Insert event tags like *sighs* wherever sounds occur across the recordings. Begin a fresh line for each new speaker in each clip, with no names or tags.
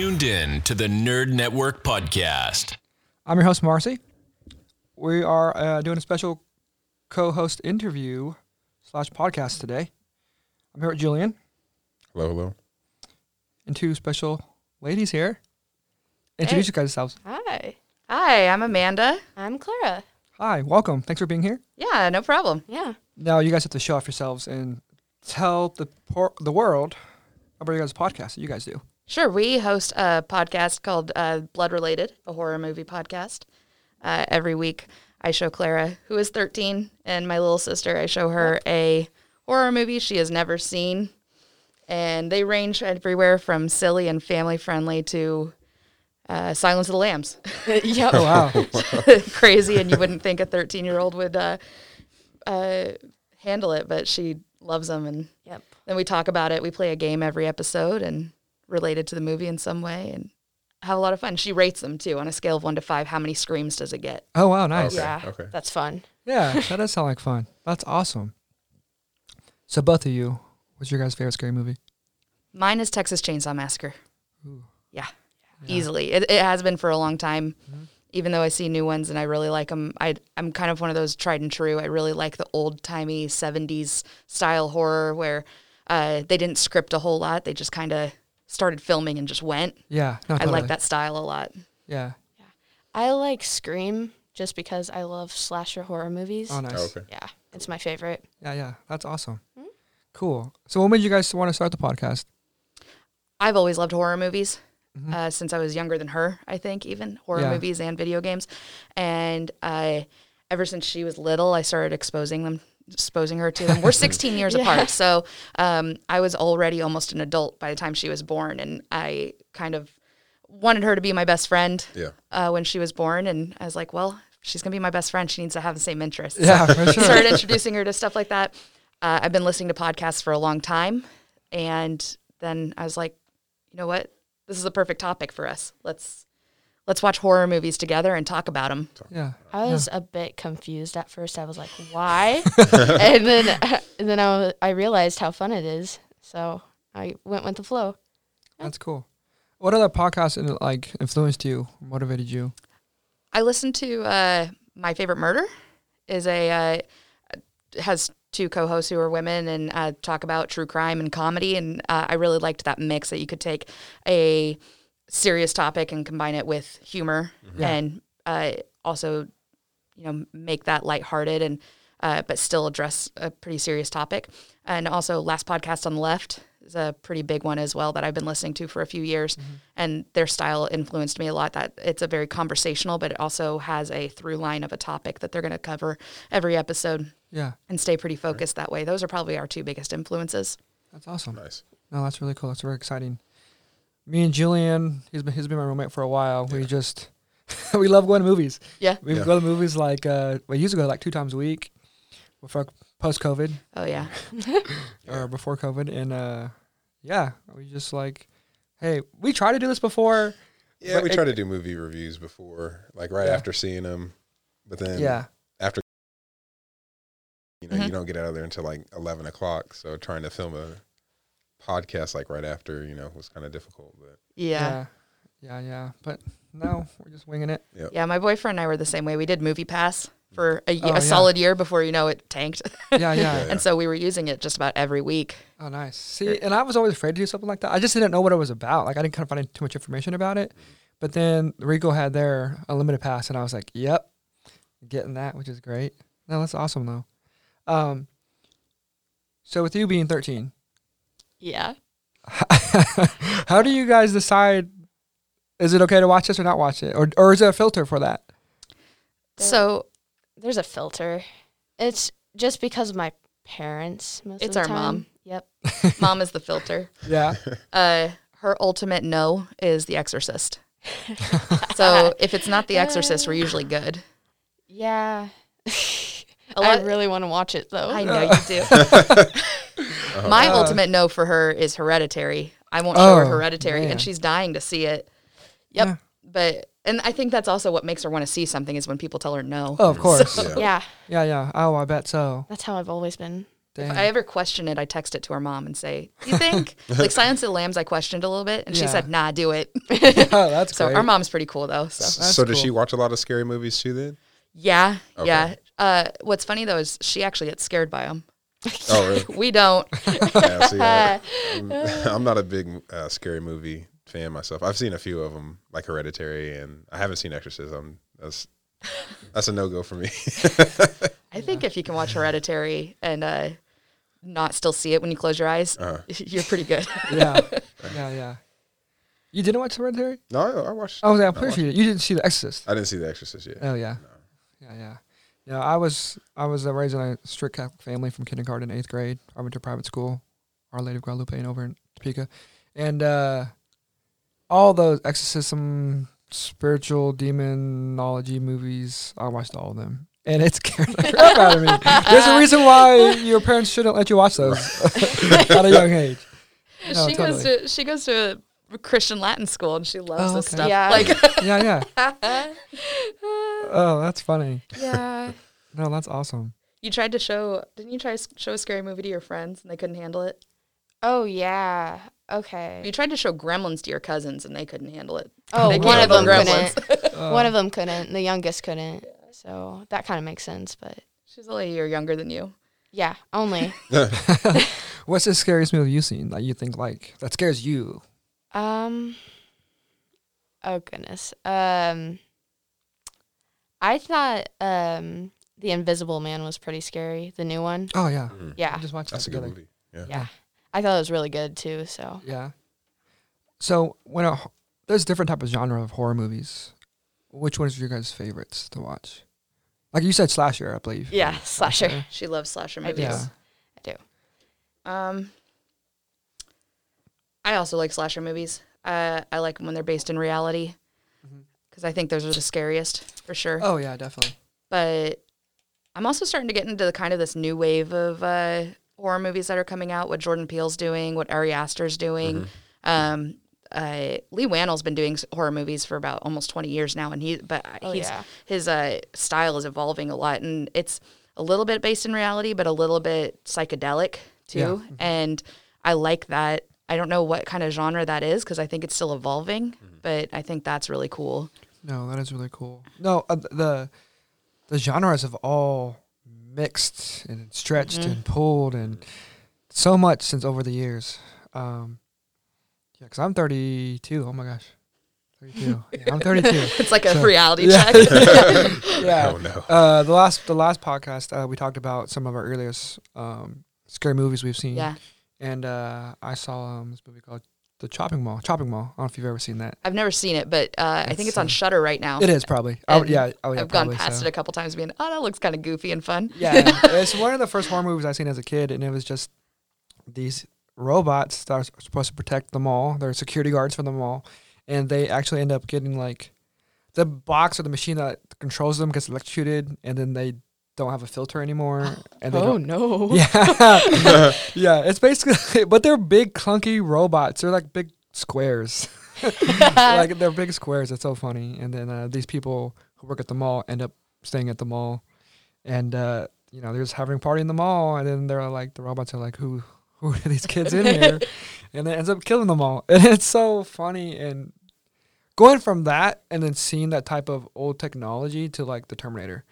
to the Nerd Network podcast.
I'm your host, Marcy. We are uh, doing a special co-host interview slash podcast today. I'm here with Julian
Hello, hello.
and two special ladies here. Introduce
Hey.
you guys yourselves.
Hi.
Hi, I'm Amanda.
I'm
*laughs*
Clara.
Hi, welcome. Thanks for being here.
Yeah, no problem.
Yeah.
Now you guys have to show off yourselves and tell the por- the world about your guys' podcast that you guys
*laughs*
do.
Sure, we host a podcast called uh, Blood Related, a horror movie podcast. Uh, every week, I show Clara, who is 13, and my little sister, I show her a horror movie she has never seen. And they range everywhere from silly and family friendly to uh, Silence of the Lambs. *laughs*
yep.
Oh wow,
Crazy, and you wouldn't think a 13 year old would uh, uh, handle it, but she loves them and
Yep.
Then we talk about it. We play a game every episode and related to the movie in some way and have a lot of fun. She rates them too on a scale of one to five. How many screams does it get?
oh wow, nice.
Okay,
yeah.
okay.
That's fun.
Yeah, that does sound like fun. That's awesome. So both of you, what's your guys' favorite scary movie?
Mine is Texas Chainsaw Massacre.
Ooh.
Yeah, Mm-hmm. easily. It, it has been for a long time. Even though I see new ones and I really like them, I, I'm kind of one of those tried and true. I really like the old timey 70s style horror where uh, they didn't script a whole lot. They just kind of started filming and just went.
Yeah, no,
I
totally.
like that style a lot.
Yeah.
I like Scream just because I love slasher horror movies.
Oh, nice.
Oh, okay.
Yeah. It's my favorite.
Yeah, yeah, that's awesome. Cool. So, what made you guys want to start the podcast?
I've always loved horror movies uh, since I was younger than her, I think, even horror
Mm-hmm. Yeah.
movies and video games. And I, ever since she was little, I started exposing them, exposing her to
*laughs*
them. We're 16 years apart. So um, I was already almost an adult by the time she was born. And I kind of wanted her to be my best friend
Yeah.
uh, when she was born. And I was like, well, if she's going to be my best friend. She needs to have the same interests.
Yeah, *laughs* for sure.
*laughs* started introducing her to stuff like that. Uh, I've been listening to podcasts for a long time, and then I was like, you know what? This is the perfect topic for us. Let's let's watch horror movies together and talk about them.
Yeah.
I was a bit confused at first. I was like,
*laughs*
why? *laughs* and then *laughs* and then I, wa- I realized how fun it is. So I went with the flow.
That's cool. What other podcasts in- like influenced you, motivated you?
I listened to uh, my favorite murder is a uh, has two co-hosts who are women and uh, talk about true crime and comedy, and uh, I really liked that mix that you could take a serious topic and combine it with humor
Yeah.
and uh, also you know make that lighthearted and uh, but still address a pretty serious topic. And also, last podcast on the left is a pretty big one as well that I've been listening to for a few years,
Mm-hmm.
and their style influenced me a lot. That it's a very conversational, but it also has a through line of a topic that they're going to cover every episode
Yeah,
and stay pretty focused that way. Those are probably our two biggest influences.
that's awesome.
Nice.
No, that's really cool. That's very exciting. Me and Julian, he's been he's been my roommate for a while. We just *laughs* we love going to movies.
Yeah.
We
Yeah.
go to movies like uh, we used to go like two times a week, before post COVID *laughs*
Oh yeah,
or before COVID, and uh, yeah, we just like, hey, we tried to do this before.
Yeah,
But
we
it-
tried to do movie reviews before, like right
Yeah.
after seeing them, but then
yeah,
you know you
Mhm.
don't get out of there until like eleven o'clock. So trying to film a podcast like right after you know was kind of difficult. But
yeah.
yeah, yeah, yeah. But no, we're just winging it.
Yeah, my boyfriend and I were the same way. We did Movie Pass for a, ye-
Oh,
a
yeah.
solid year before you know it tanked,
Yeah, yeah.
Yeah.
*laughs* and so we were using it just about every week.
oh, nice. See, and I was always afraid to do something like that. I just didn't know what it was about. Like I didn't kind of find too much information about it. But then Rico had their unlimited pass, and I was like, "Yep, getting that," which is great. No, that's awesome though. Um, so with you being thirteen,
Yeah.
how do you guys decide? Is it okay to watch this or not watch it, or or is there a filter for that?
There-
So
There's a filter. It's just because of my parents most of
It's
the
our
time.
mom.
Yep.
*laughs* mom is the filter.
Yeah,
Uh, her ultimate no is The
*laughs*
Exorcist. so if it's not The Exorcist, we're usually good.
Yeah. *laughs*
A
I
lot-
really want to watch it though.
I know you do. My ultimate no for her is Hereditary. I won't show her
Uh. Oh,
Hereditary,
man.
and she's dying to see it.
Yep.
Yeah.
But and I think that's also what makes her want to see *laughs* something is when people tell her no.
Oh, of course.
yeah,
Yeah,
Yeah, yeah. Oh, I bet so.
that's how I've always been.
Dang.
If I ever question it, I text it to our mom and say, "You think like Silence of the Lambs?" I questioned a little bit, and she
Yeah.
said, "Nah,
*laughs*
do it." *laughs*
oh, that's
so
great.
our mom's pretty cool though. So
That's
so does
cool.
she watch a lot of scary movies too? Then
yeah,
Okay.
yeah. Uh, what's funny though is she actually gets scared by them. *laughs*
oh really?
We don't.
yeah, see, I, I'm, *laughs* I'm not a big uh, scary movie fan myself. I've seen a few of them, like Hereditary, and I haven't seen Exorcism. That's that's a no go for me. *laughs*
I think if you can watch Hereditary and uh, not still see it when you close your eyes,
Uh-huh.
*laughs* you're pretty good.
*laughs*
yeah, yeah, yeah. You didn't watch Hereditary? Oh,
no, I, I watched.
I was like, I'm
I
pretty
watched-
sure you, you didn't see The Exorcist.
I didn't see The Exorcist yet.
Oh yeah, yeah, yeah. No, I was I was uh, raised in a strict Catholic family from kindergarten, to eighth grade. I went to private school, Our Lady of Guadalupe, and over in Topeka, and uh, all those exorcism, spiritual demonology movies. I watched all of them, and *laughs* it scared the crap out of me. There's a reason why your parents shouldn't let you watch those *laughs* at a young age. No,
she goes
totally.
to she goes to a Christian Latin school and she loves
Oh,
this
okay.
stuff.
Yeah.
Like
Yeah, yeah. Oh, that's funny.
yeah.
*laughs* No, that's awesome.
You tried to show didn't you try to s- show a scary movie to your friends and they couldn't handle it?
*laughs* Oh yeah. Okay.
You tried to show Gremlins to your cousins and they couldn't handle it.
Oh,
They
one
can't
of them
handle
couldn't. *laughs*
Oh.
one of them couldn't. The youngest couldn't. So that kind of makes sense. But
She's only a year younger than you.
yeah, only.
What's the scariest movie you've seen that you think like that scares you?
um. Oh goodness. Um. I thought um the Invisible Man was pretty scary. The new one.
Oh yeah,
Yeah.
we just watched that
Mm. That's a good
together.
movie. Yeah.
Yeah. I thought it was really good too. So
Yeah. So when a h- there's different type of genre of horror movies, which ones are your guys' favorites to watch? Like you said, slasher, I believe.
yeah, slasher.
She loves slasher
I do.
movies.
Yeah.
Um, I also like slasher movies. Uh, I like them when they're based in reality because I think those are the scariest for sure.
Oh yeah, definitely.
But I'm also starting to get into the kind of this new wave of uh, horror movies that are coming out. What Jordan Peele's doing, what Ari Aster's doing. Um, uh, Lee Wannell's been doing s- horror movies for about almost 20 years now, and he but uh,
Oh,
he's,
yeah.
his uh, style is evolving a lot, and it's a little bit based in reality, but a little bit psychedelic too.
Yeah.
And I like that. I don't know what kind of genre that is because I think it's still evolving, but I think that's really cool.
No, that is really cool. No, uh, th- the the genres have all mixed and stretched
Mm-hmm.
and pulled and so much since over the years. Um, yeah, because I'm 32. Oh my gosh,
*laughs*
32. Yeah, I'm 32.
It's like a
So-
reality
Yeah.
check.
yeah.
Oh no.
Uh, the last the last podcast uh, we talked about some of our earliest um, scary movies we've seen.
*laughs* yeah.
And uh, I saw um, this movie called The Chopping Mall. Chopping Mall. I don't know if you've ever seen that.
I've never seen it, but uh, I think
It's,
it's on
uh,
Shutter right now.
It is probably. Oh
And
yeah. Oh yeah.
I've gone
probably,
past
so.
it a couple times, being, oh, that looks kind of goofy and fun.
yeah, it's one of the first horror movies I seen as a kid, and it was just these robots that are s- supposed to protect the mall. They're security guards for the mall, and they actually end up getting like the box or the machine that controls them gets electrocuted, and then they don't have a filter anymore, and they don't
Oh, no!
Yeah. *laughs* yeah. It's basically, but they're big, clunky robots. They're like big squares. *laughs* like they're big squares. It's so funny. And then uh, these people who work at the mall end up staying at the mall. And, uh, you know, they're just having a party in the mall. And then they're like, the robots are like, who, *laughs* who are these kids in here? and it ends up killing them all. And it's so funny. And going from that and then seeing that type of old technology to like the Terminator.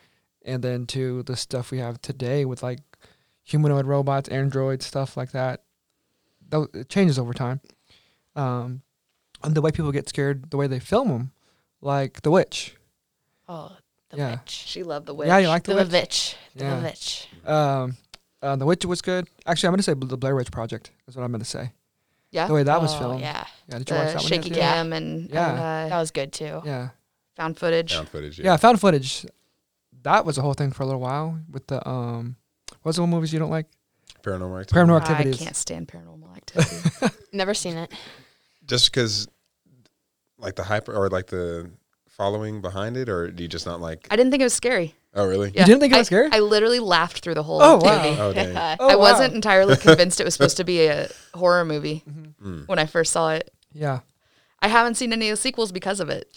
And then to the stuff we have today with like humanoid robots, androids, stuff like that. Though it changes over time. Um, and the way people get scared, the way they film them, like The Witch.
Oh, the
Yeah.
witch.
She loved the witch.
Yeah, you like
The,
The, Witch?
witch. The
Yeah.
witch.
Um, uh, the Witch was good. Actually, I'm going to say The Blair Witch Project is what I'm going to say.
Yeah?
The way that was
Oh,
filmed.
Yeah,
Yeah, did you watch
the
that one?
shaky
Nancy?
Yeah.
cam and,
Yeah.
and,
that
uh,
was good too.
Yeah.
found footage.
Found footage.
Yeah, found footage. That was a whole thing for a little while with the, um, what's the one movies you don't like?
Paranormal Activity.
Paranormal
I
Activities.
can't stand
*laughs*
paranormal activity.
Never seen it.
Just because, like the hype or like the following behind it, or do you just not like?
I didn't think it was scary.
Oh really?
Yeah.
didn't think it
I-
was scary?
I literally laughed through the whole
Oh, wow.
movie.
*laughs*
Oh dang.
Oh,
I
wow. *laughs*
wasn't entirely convinced it was supposed to be a horror
Mm-hmm.
movie when I first saw it.
Yeah.
I haven't seen any of the sequels because of it.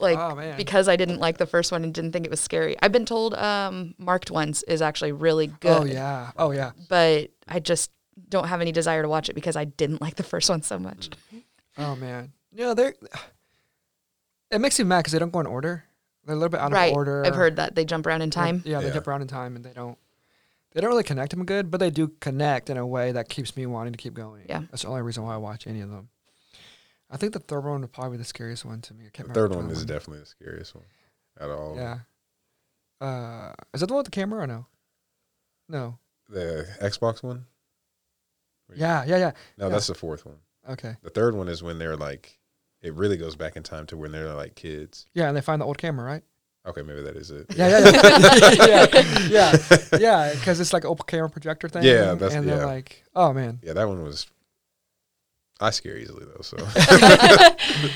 like
Oh, man.
because I didn't like the first one and didn't think it was scary. I've been told um, marked ones is actually really good.
Oh yeah. Oh yeah.
But I just don't have any desire to watch it because I didn't like the first one so much.
Oh man. You know they're. It makes me mad because they don't go in order. They're a little bit out
right.
of order.
I've heard that they jump around in
They-
time.
Yeah, they
Yeah.
jump around in time and they don't. They don't really connect them good, but they do connect in a way that keeps me wanting to keep going.
Yeah.
that's the only reason why I watch any of them. I think the third one would probably be the scariest one to me. I
The
can't remember
third
which
one is
it
definitely the scariest one out of all. of 'em.
Yeah. Uh, is that the one with the camera or no? No.
The Xbox one?
Yeah, yeah, yeah.
No,
Yeah.
that's the fourth one.
Okay.
The third one is when they're like, it really goes back in time to when they're like kids.
Yeah, and they find the old camera, right?
Okay, maybe that is it.
Yeah, yeah, yeah.
*laughs*
yeah, yeah, yeah. Because it's like old camera projector thing.
Yeah, that's-
and they're
yeah.
like, oh man,
Yeah, that one was. I scare easily though,
*laughs*
so.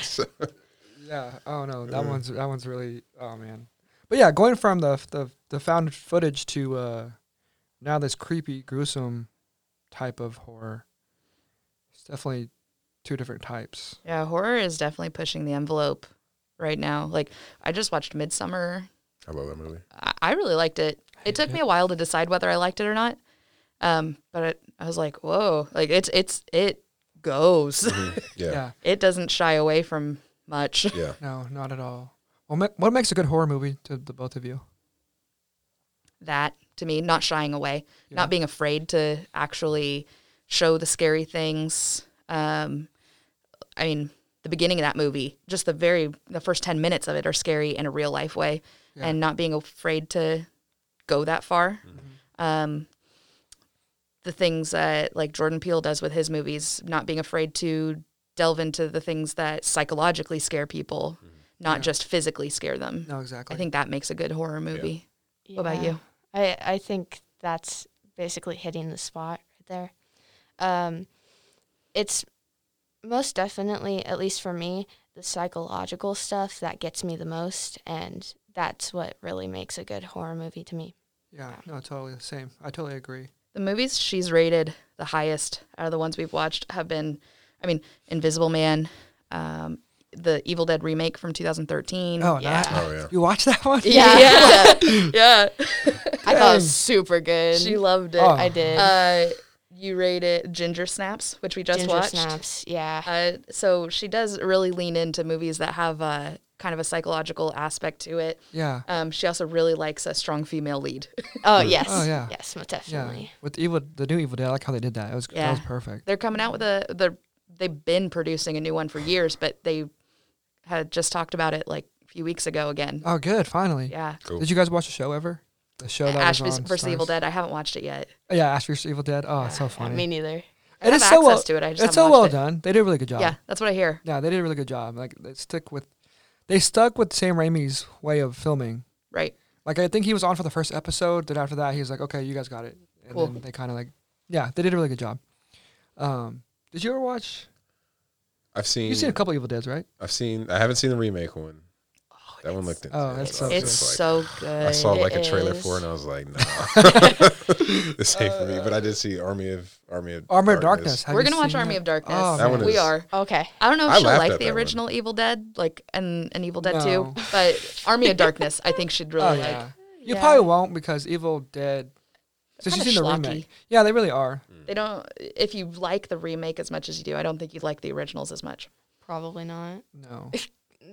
So,
yeah. Oh no, that one's that one's really oh man. But yeah, going from the the the found footage to uh, now this creepy, gruesome type of horror. It's definitely two different types.
Yeah, horror is definitely pushing the envelope right now. Like I just watched Midsummer.
I love that movie.
I, I really liked it. It took me a while to decide whether I liked it or not. Um, but it, I was like, whoa, like it's it's it goes. *laughs*
Yeah, yeah.
yeah.
it doesn't shy away from much.
No, not at all. Well, ma- what makes a good horror movie to the both of you?
*laughs* that to me, not shying away,
Yeah.
not being afraid to actually show the scary things. Um, I mean, the beginning of that movie, just the very the first ten minutes of it are scary in a real life way,
Yeah.
and not being afraid to go that far.
Mm-hmm.
Um, the things that like Jordan Peele does with his movies, not being afraid to delve into the things that psychologically scare people, not just physically scare them.
Mm-hmm. No, exactly.
I think that makes a good horror movie. What about
Yeah.
you?
I I think that's basically hitting the spot right there. Um, it's most definitely, at least for me, the psychological stuff that gets me the most, and that's what really makes a good horror movie to me.
Yeah, no, totally the same. I totally agree.
The movies she's rated the highest out of the ones we've watched have been, I mean, Invisible Man, um, the Evil Dead remake from 2013.
Oh,
Yeah.
yeah.
Oh yeah.
You watch that one?
*laughs* Yeah. yeah.
I thought it was super good.
She loved it.
Oh.
I did.
Uh, you rated Ginger Snaps, which we just
Ginger
watched.
snaps. Yeah.
Uh, so she does really lean into movies that have uh, kind of a psychological aspect to it.
Yeah.
Um, she also really likes a strong female lead.
Oh yes.
Oh, yeah.
Yes, most
Yeah,
definitely.
with evil, the new Evil Dead, I like how they did that. It was that was
Yeah.
perfect.
they're coming out with a they're they've been producing a new one for years, but they had just talked about it like a few weeks ago again.
Oh, good, finally.
Yeah.
Cool.
Did you guys watch the show ever? The show Oh, that
Ash
was
vs.
on
versus Evil
Stars?
Dead. I haven't watched it yet.
Yeah, Ash vs. Evil Dead. Oh, it's so funny.
Me neither.
I
it
have
is so well.
access to it. I just
it's
haven't
so
watched
well
it.
done. They did a really good job.
Yeah, that's what I hear.
Yeah, they did a really good job. Like they stick with, they stuck with Sam Raimi's way of filming.
Right.
Like I think he was on for the first episode. Then after that, he was like, "Okay, you guys got it." And
Cool.
then they kind of like, yeah, they did a really good job. Um, did you ever watch?
I've seen.
You've seen a couple Evil Deads, right?
I've seen. I haven't seen the remake one. that one looked.
oh,
intense.
that's
I was
so
It's
just
so good.
I saw
It
like a trailer
is.
for it, and I was like, "Nah, *laughs* this ain't for me." But I did see Army of Army of
Armor of Darkness. Have
We're
you
gonna watch
seen
Army
that?
of Darkness.
Oh,
That man. one
we
is-
are.
Okay.
I don't know if
I
she'll
laughed
like
at
the
that one.
original Evil Dead, like and, and Evil Dead
No.
2, but Army
*laughs*
of Darkness, I think she'd really
Oh
like.
yeah. You
Yeah.
probably won't because Evil Dead. Since you've
kinda
seen the
schlocky.
remake, yeah, they really are.
They don't. If you like the remake as much as you do, I don't think you'd like the originals as much.
Probably not.
*laughs*
No,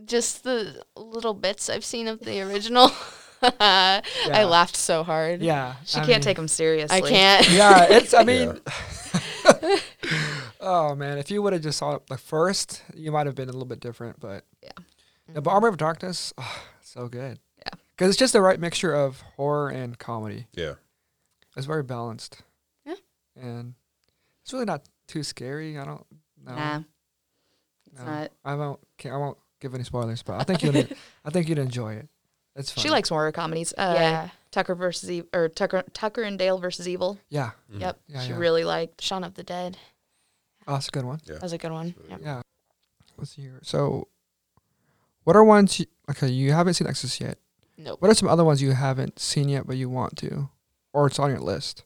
Just the little bits I've seen of the original. *laughs* I laughed so hard.
yeah,
She can't 'em take them seriously.
I can't.
*laughs* Yeah, it's. I mean, oh man, if you would have just saw it the first, you might have been a little bit different. But
Yeah.
No, but Armor of Darkness, ah, so good.
Yeah.
because it's just the right mixture of horror and comedy.
Yeah,
It's very balanced.
Yeah.
and it's really not too scary. I don't. know.
Nah. It's not.
I won't. Can't, I won't give any spoilers, but I think you'd.
*laughs*
en- I think you'd enjoy it. It's fun.
She likes horror comedies. Uh,
Yeah.
Tucker versus Evil, or Tucker Tucker and Dale versus Evil.
Yeah.
*laughs* Yep.
Yeah.
she
yeah.
really liked.
Shaun of the Dead.
Oh, that's a good one.
That was a good one.
really
Yeah.
good. Let's see here. So, what are ones? You, okay, you haven't seen Exorcist yet.
Nope.
What are some other ones you haven't seen yet, but you want to, or it's on your list?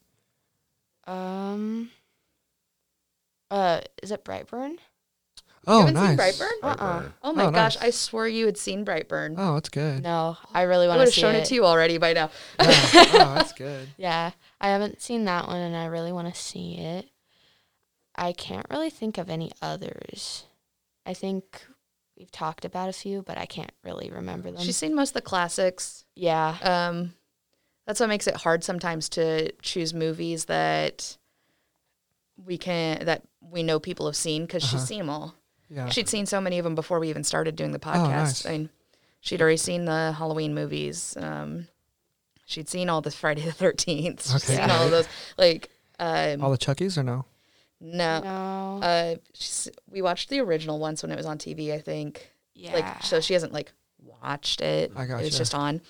Um. Uh, is it Brightburn?
Oh,
haven't seen
nice.
Brightburn?
Uh uh
Brightburn.
Oh my
Oh,
gosh,
nice.
I swore you had seen Brightburn.
Oh, that's good.
No, I really
I
want
would
to
have
see
shown
it.
it to you already by now. *laughs*
Yeah. oh, that's good.
Yeah, I haven't seen that one, and I really want to see it. I can't really think of any others. I think we've talked about a few, but I can't really remember them.
She's seen most of the classics.
yeah,
Um, that's what makes it hard sometimes to choose movies that we can that we know people have seen because she's
Uh-huh.
seen them all.
Yeah.
She'd seen so many of them before we even started doing the podcast.
Oh, nice.
I mean, she'd already seen the Halloween movies. Um, she'd seen all the Friday *laughs* the Thirteenth. She'd
Okay.
seen all of those. Like, um,
All the Chuckies or no?
no,
no,
uh, she's, we watched the original once when it was on TV. I think.
yeah.
Like, so she hasn't like watched it.
I
It
gotcha.
was just on.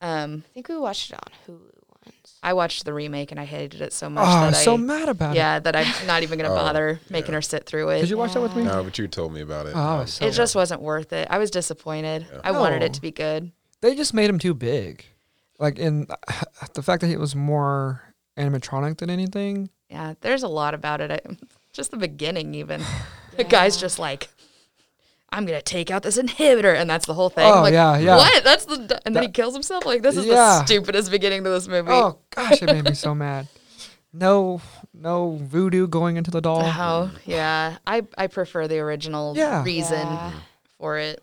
Um,
I think we watched it on Hulu once.
I watched the remake and I hated it so
Oh,
much.
I
that
was so
I,
mad about it.
yeah, that I'm not even gonna
*laughs* Oh,
bother making
yeah.
her sit through
Did
it.
you watch that with me?
No, but you told me about it.
Oh, I
Um,
was so
It just wasn't worth it. I was disappointed. I wanted it to be good.
They just made him too big. Like in *sighs* the fact that it was more animatronic than anything.
Yeah, there's a lot about it. I, *laughs* just the beginning, even
*sighs*
the guy's just like, "I'm gonna take out this inhibitor," and that's the whole thing.
Oh,
I'm like,
yeah, yeah.
What? That's the and then he kills himself. Like this is
Yeah.
the stupidest beginning to this movie.
Oh gosh, it made me so mad. No, no voodoo going into the doll.
Oh, yeah. I I prefer the original
Yeah.
reason
Yeah.
for it.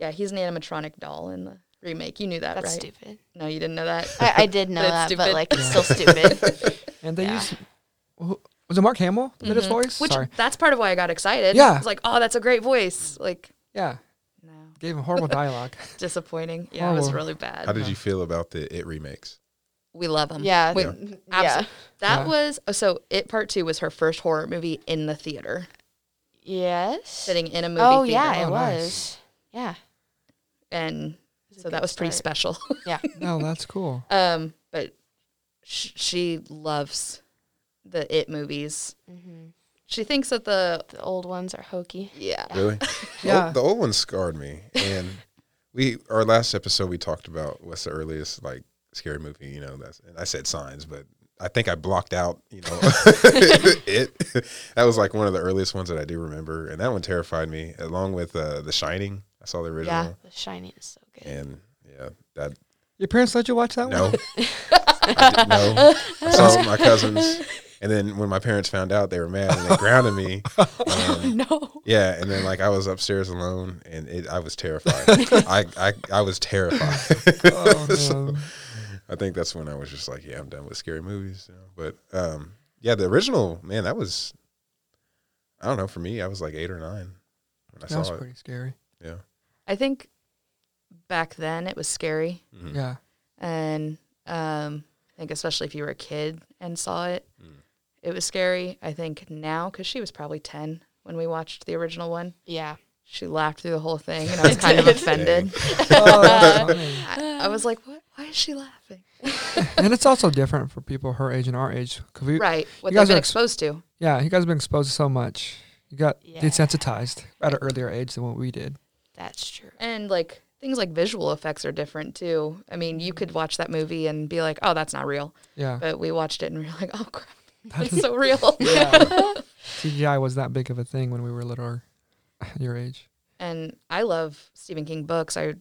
Yeah, he's an animatronic doll in the remake. You knew that,
That's
right?
stupid.
No, you didn't know that.
*laughs*
I, I did know that,
That's
but
stupid.
like, it's still stupid.
And they
Yeah.
used who- was it Mark Hamill that did his voice?
Which
Sorry.
that's part of why I got excited.
Yeah.
It's like, oh, that's a great voice. Like,
Yeah,
no,
gave him horrible dialogue.
disappointing. Yeah, it was
Horrible.
really
How
bad.
did you feel about the It remakes?
We love
*laughs*
him.
yeah,
We,
yeah, yeah,
Absolutely. That
Yeah.
was oh, so. It part two was her first horror movie in the theater,
yes.
sitting in a movie
Oh
theater,
yeah, it
Oh,
was.
nice.
Yeah,
and
was a
so that
good
was pretty
start.
special. *laughs*
yeah.
no, that's cool.
um, but sh- she loves the It movies.
hmm
She thinks that the
The old ones are hokey.
yeah,
*laughs*
Really? The
Yeah.
old- The old one scarred me. And we our last episode we talked about what's the earliest like scary movie, you know, that's and I said signs, but I think I blocked out, you know, *laughs* it. That was like one of the earliest ones that I do remember, and that one terrified me, along with uh, The Shining. I saw the
Yeah,
original,
The Shining is so good.
and yeah, that
Your parents let you watch that one? *laughs*
No. I didn't know. I saw it with my cousins. And then when my parents found out, they were mad and they grounded me. Um,
No.
yeah, and then like I was upstairs alone, and it, I was terrified. I, I I was terrified. *laughs*
Oh,
So,
no.
I think that's when I was just like, yeah, I'm done with scary movies. you know? But um, yeah, the original man, that was I don't know. For me, I was like eight or nine when I
that was
saw it.
pretty scary.
yeah,
I think back then it was scary,
Mhm.
Yeah.
and um, I think especially if you were a kid and saw it,
Mm.
it was scary. I think now because she was probably ten when we watched the original one,
Yeah.
she laughed through the whole thing, and
*laughs*
I was kind of offended.
Oh, that's funny.
I, I was like, what? Why is she laughing?
and it's also different for people her age and our age. 'cause we,
Right, what
you guys
they've been
are ex-
exposed to.
Yeah, you guys have been exposed to so much. You got
Yeah.
desensitized at an earlier age than what we did.
That's true.
And like things like visual effects are different too. I mean, you could watch that movie and be like, "Oh, that's not real,"
Yeah.
but we watched it and we were like, "Oh crap,
*laughs* That
that's
is-
so real."
*laughs* yeah. CGI was that big of a thing when we were littler, *laughs* your age.
And I love Stephen King books. I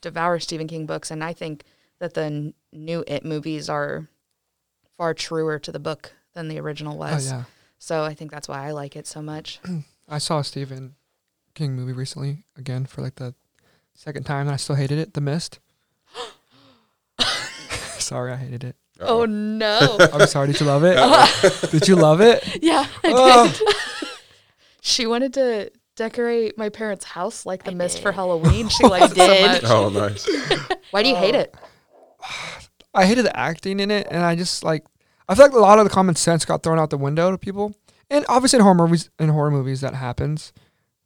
devour Stephen King books, and I think that the n- new It movies are far truer to the book than the original
Oh,
was.
yeah.
So I think that's why I like it so
*clears throat*
much.
I saw a Stephen King movie recently again for like the second time, and I still hated it. The Mist. *gasps* Sorry, I hated it. *laughs*
Oh no,
I'm sorry. Did you love it? did you love it?
yeah,
Oh,
she wanted to decorate my parents' house like the
I
mist for
did.
Halloween. She likes it so
did.
much.
Oh, nice.
Why do you hate it?
I hated the acting in it, and I just like I feel like a lot of the common sense got thrown out the window to people. And obviously, in horror movies, in horror movies, that happens.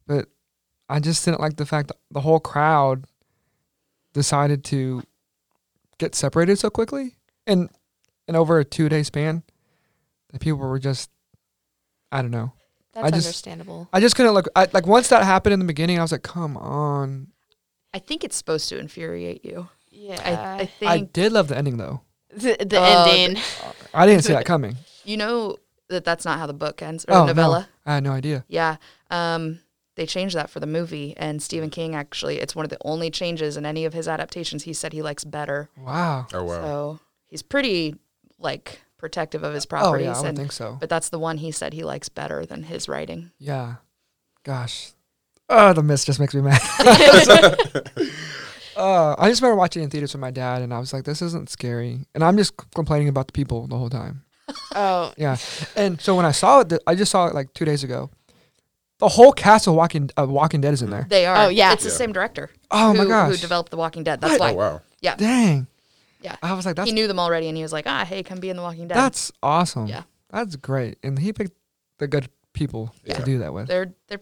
But I just didn't like the fact that the whole crowd decided to get separated so quickly, and and over a two day span, the people were just I don't know.
That's
I just-
understandable.
I just couldn't look. I, like once that happened in the beginning, I was like, come on.
I think it's supposed to infuriate you.
Yeah.
I, *laughs* I
I
think
did love the ending though.
the the
Oh, the-
ending.
I didn't see that coming.
you know that that's not how the book ends or
Oh, no.
the novella.
I had no idea.
Yeah. Um, they changed that for the movie. And Stephen King actually, it's one of the only changes in any of his adaptations he said he likes better.
Wow. *laughs*
Oh wow.
So he's pretty like protective of his properties.
Oh yeah, I would
and,
think so.
But that's the one he said he likes better than his writing.
Yeah. Gosh. Oh, the mist just makes me
*laughs*
mad. uh, I just remember watching it in theaters with my dad, and I was like, "This isn't scary," and I'm just c- complaining about the people the whole time.
Oh,
Yeah. And so when I saw it, th- I just saw it like two days ago. The whole cast of Walking of Walking Dead is in there.
They are.
Oh, yeah.
It's the
Yeah.
same director.
Oh
who,
my gosh.
Who developed The Walking Dead? That's
Oh
why
wow.
Dang.
Yeah.
I was like,
he
"That's
knew them already, and he was like, "Ah, hey, come be in The Walking Dead."
that's awesome.
Yeah.
That's great." And he picked the good people
Yeah.
to do that with.
they're they're.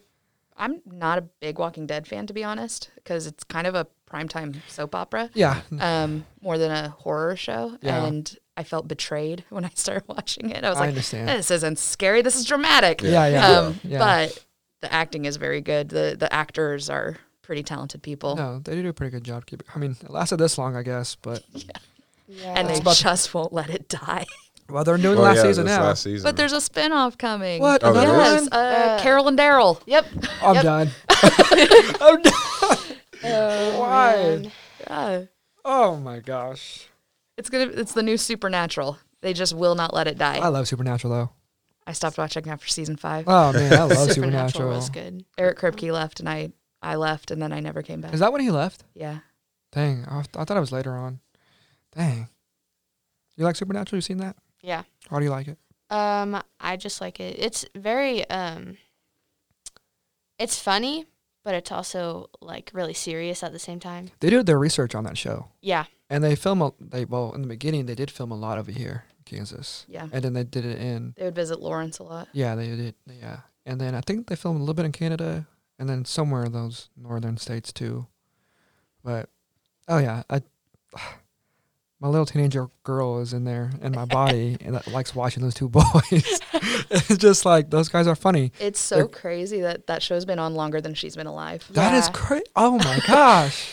I'm not a big Walking Dead fan to be honest, because it's kind of a primetime soap opera,
Yeah.
um, more than a horror show,
Yeah.
and I felt betrayed *laughs* when I started watching it. I was
I
like,
understand.
"This isn't scary. This is dramatic."
Yeah, yeah.
Um,
yeah.
But the acting is very good. the The actors are pretty talented people,
No, they do a pretty good job keeping. I mean, it lasted this long, I guess, but
yeah.
and they
about-
just won't let it die. *laughs*
well, they're doing
Oh,
last
yeah,
season
this
now.
Last season.
But there's a spin off coming.
What?
Oh, there
Another
is?
Yes,
one?
uh,
Uh,
Carol and Daryl.
yep.
I'm
Yep. *laughs*
done. *laughs*
Oh,
Why?
man.
Yeah.
Oh my gosh,
It's gonna. It's the new Supernatural. They just will not let it die.
I love Supernatural though.
I stopped watching after season five.
Oh man, I love
*laughs* Supernatural
Supernatural.
was good.
Eric Kripke left, and I I left, and then I never came back.
Is that when he left?
yeah,
Dang, I, th- I thought it was later on. Dang, you like Supernatural? You seen that?
Yeah.
How do you like it?
Um, I just like it. It's very um, it's funny, but it's also like really serious at the same time.
They did their research on that show,
Yeah.
and they film. A, they well, in the beginning, they did film a lot over here, in Kansas,
yeah.
and then they did it in.
They would visit Lawrence a lot.
Yeah, they did. Yeah, and then I think they filmed a little bit in Canada, and then somewhere in those northern states too. But oh yeah, I, *sighs* my little teenager girl is in there in my body and that likes watching those two boys. *laughs* it's just like those guys are funny.
It's so
They're-
crazy that that show's been on longer than she's been alive.
That is
Yeah.
crazy. Oh my gosh.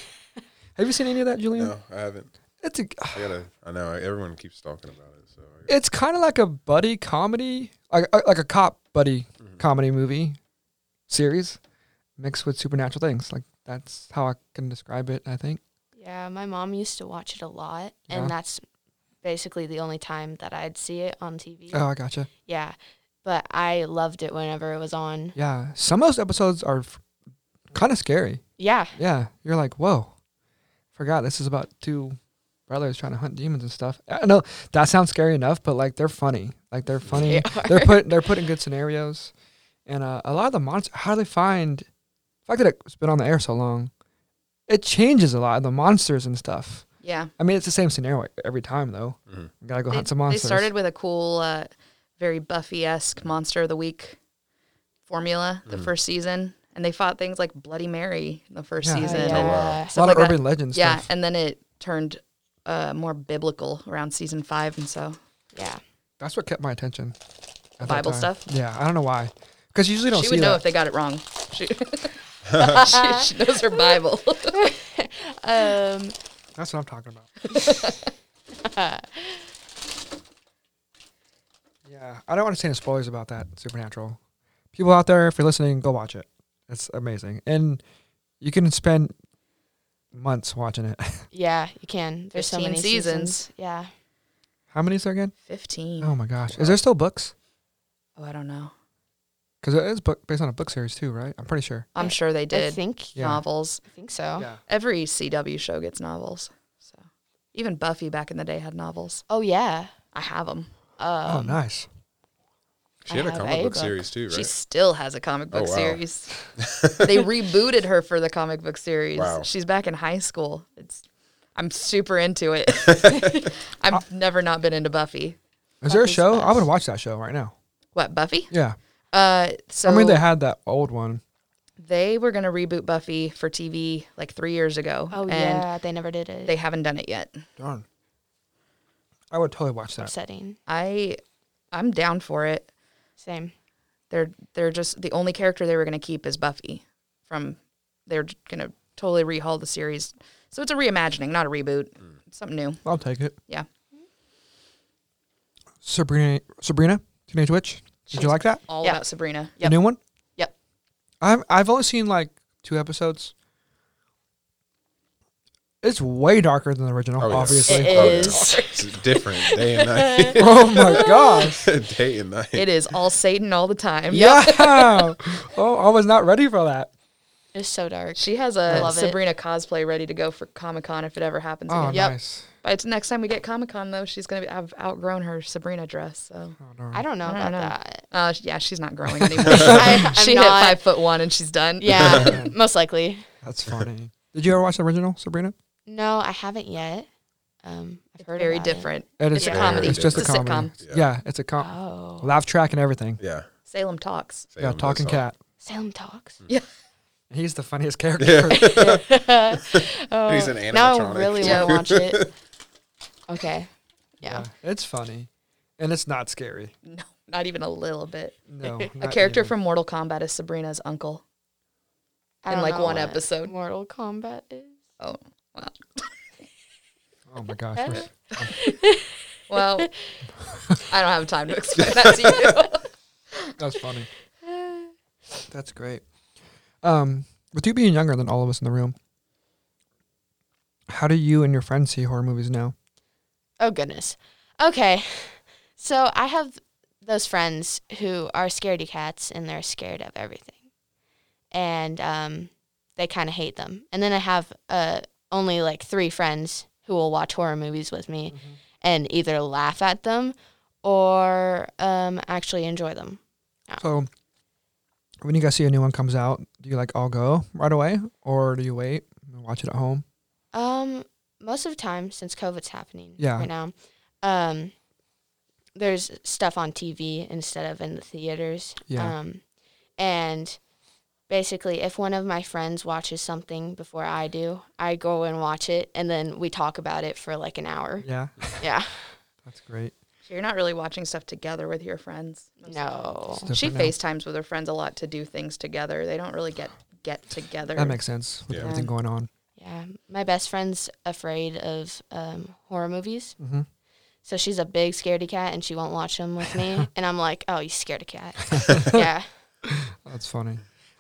Have you seen any of that, Julian?
no, I haven't.
It's a,
I gotta. I know. Everyone keeps talking about it. So. I
it's kind of like a buddy comedy, like uh, like a cop buddy comedy movie series mixed with supernatural things. Like that's how I can describe it. I think.
Yeah, my mom used to watch it a lot,
Yeah.
and that's basically the only time that I'd see it on TV.
Oh, I gotcha.
Yeah, but I loved it whenever it was on.
Yeah, some of those episodes are f- kind of scary.
Yeah,
Yeah, you're like, whoa, forgot this is about two brothers trying to hunt demons and stuff. I know that sounds scary enough, but like they're funny. Like
*laughs*
they're funny.
They are.
They're put they're putting good scenarios, and uh, a lot of the monsters. How do they find? The fact that it's been on the air so long, it changes a lot of the monsters and stuff.
Yeah,
I mean, it's the same scenario every time though.
Mhm.
You gotta go
they,
hunt some
they
monsters.
started with a cool, uh, very Buffy esque Monster of the Week formula
Mm.
the first season, and they fought things like Bloody Mary in the first
Yeah.
season.
yeah.
Oh, wow.
a
stuff
lot of
like that.
urban legend
Yeah,
stuff.
and then it turned uh, more biblical around season five, and so
yeah.
That's what kept my attention. at that
Bible
time.
stuff?
Yeah, I don't know why. Because usually don't
she
see
would know
that.
if they got it wrong. She, *laughs* she, she knows her Bible.
Um,
That's what I'm talking about. yeah, I don't want to say any spoilers about that Supernatural. People out there, if you're listening, go watch it. It's amazing, and you can spend months watching it. *laughs*
yeah, you can. There's so
15
many
seasons.
seasons. Yeah.
How many is there again?
*laughs* Fifteen.
Oh my gosh, is there still books?
Oh, I don't know.
Because it is book based on a book series too, right? I'm pretty sure.
I'm sure they
I
did
think
Yeah.
novels.
I think so.
Yeah.
Every CW show gets novels. So even Buffy back in the day had novels.
Oh yeah.
I have them.
Oh, nice.
she had
I
a
have
comic
a
book,
book.
series too, right?
She still has a comic book
wow.
series. they rebooted her for the comic book series.
Wow.
She's back in high school. It's I'm super into it. *laughs* I've never not been into Buffy.
Is there a
Buffy's
show? I
best.
would watch that show right now.
What Buffy?
Yeah.
Uh, so
I mean, they had that old one.
they were going to reboot Buffy for TV like three years ago.
Oh
and
yeah. They never did it.
They haven't done it yet.
Darn. I would totally watch that.
upsetting.
I, I'm down for it.
Same.
They're they're just the only character they were going to keep is Buffy. From they're going to totally rehaul the series. So it's a reimagining, not a reboot. Something new.
I'll take it.
Yeah.
Sabrina, Sabrina, Teenage Witch. Did you like that?
All
Yeah.
about Sabrina.
The new one?
Yep.
I've I've only seen like two episodes. It's way darker than the original,
Oh, yeah.
obviously.
It
Oh, yeah.
is.
It's different day
*laughs*
and night.
*laughs*
*laughs*
oh
*laughs*
my gosh.
day and night.
It is all Satan all the
*laughs*
time.
Yeah. oh, I was not ready for that.
It's so dark.
She has
I
a
love it.
Sabrina cosplay ready to go for Comic Con if it ever happens
Oh,
again. Yep.
nice.
By the next time we get Comic Con, though, she's going to have outgrown her Sabrina dress. So,
I don't know
I don't
about
know.
that.
uh, yeah, she's
*laughs*
not growing anymore.
I, I'm
she hit
not.
five foot one and she's done. *laughs*
*laughs*
Yeah, most likely.
That's funny. Did you ever watch the original, Sabrina?
No, I haven't yet. Um, I've
It's
heard
very
about it.
different.
It
It's
is
a
Very
comedy.
It's just a,
different.
It's a
comedy.
sitcom.
Yeah, it's a com
Oh,
laugh track and everything.
Yeah.
Salem talks.
Say
yeah,
I'm
talking
not
cat.
Salem talks.
He's the funniest character.
Oh,
He's an
now I
animatronic.
really
Yeah.
want to watch
*laughs*
it. Okay. Yeah.
It's funny. And it's not scary.
No, not even a little bit.
No.
*laughs* A
not
character
even.
from Mortal Kombat is Sabrina's uncle.
I
In,
don't
like,
know
one
what
episode.
Mortal Kombat is.
Oh, wow.
Oh my gosh. we're-
Well, I don't have time to explain that to
*laughs*
you.
That's funny. That's great. Um, with you being younger than all of us in the room, how do you and your friends see horror movies now?
Oh goodness. Okay. So I have those friends who are scaredy cats and they're scared of everything. And um, they kind of hate them. And then I have uh, only like three friends who will watch horror movies with me and either laugh at them or um, actually enjoy them.
So, when you guys see a new one comes out, do you like all go right away, or do you wait and watch it at home?
Um, most of the time since COVID's happening
Yeah.
right now, um, there's stuff on TV instead of in the theaters.
Yeah.
Um, and basically, if one of my friends watches something before I do, I go and watch it, and then we talk about it for like an hour.
Yeah,
*laughs* Yeah.
that's great.
You're not really watching stuff together with your friends.
No.
It's
She
different
FaceTimes with her friends a lot to do things together. They don't really get get together.
now. That makes sense with
Yeah.
everything going on.
Yeah. My best friend's afraid of um, horror movies.
Mhm.
So she's a big scaredy cat and she won't watch them
*laughs*
with me. and I'm like, oh, you scared a cat. yeah.
That's funny.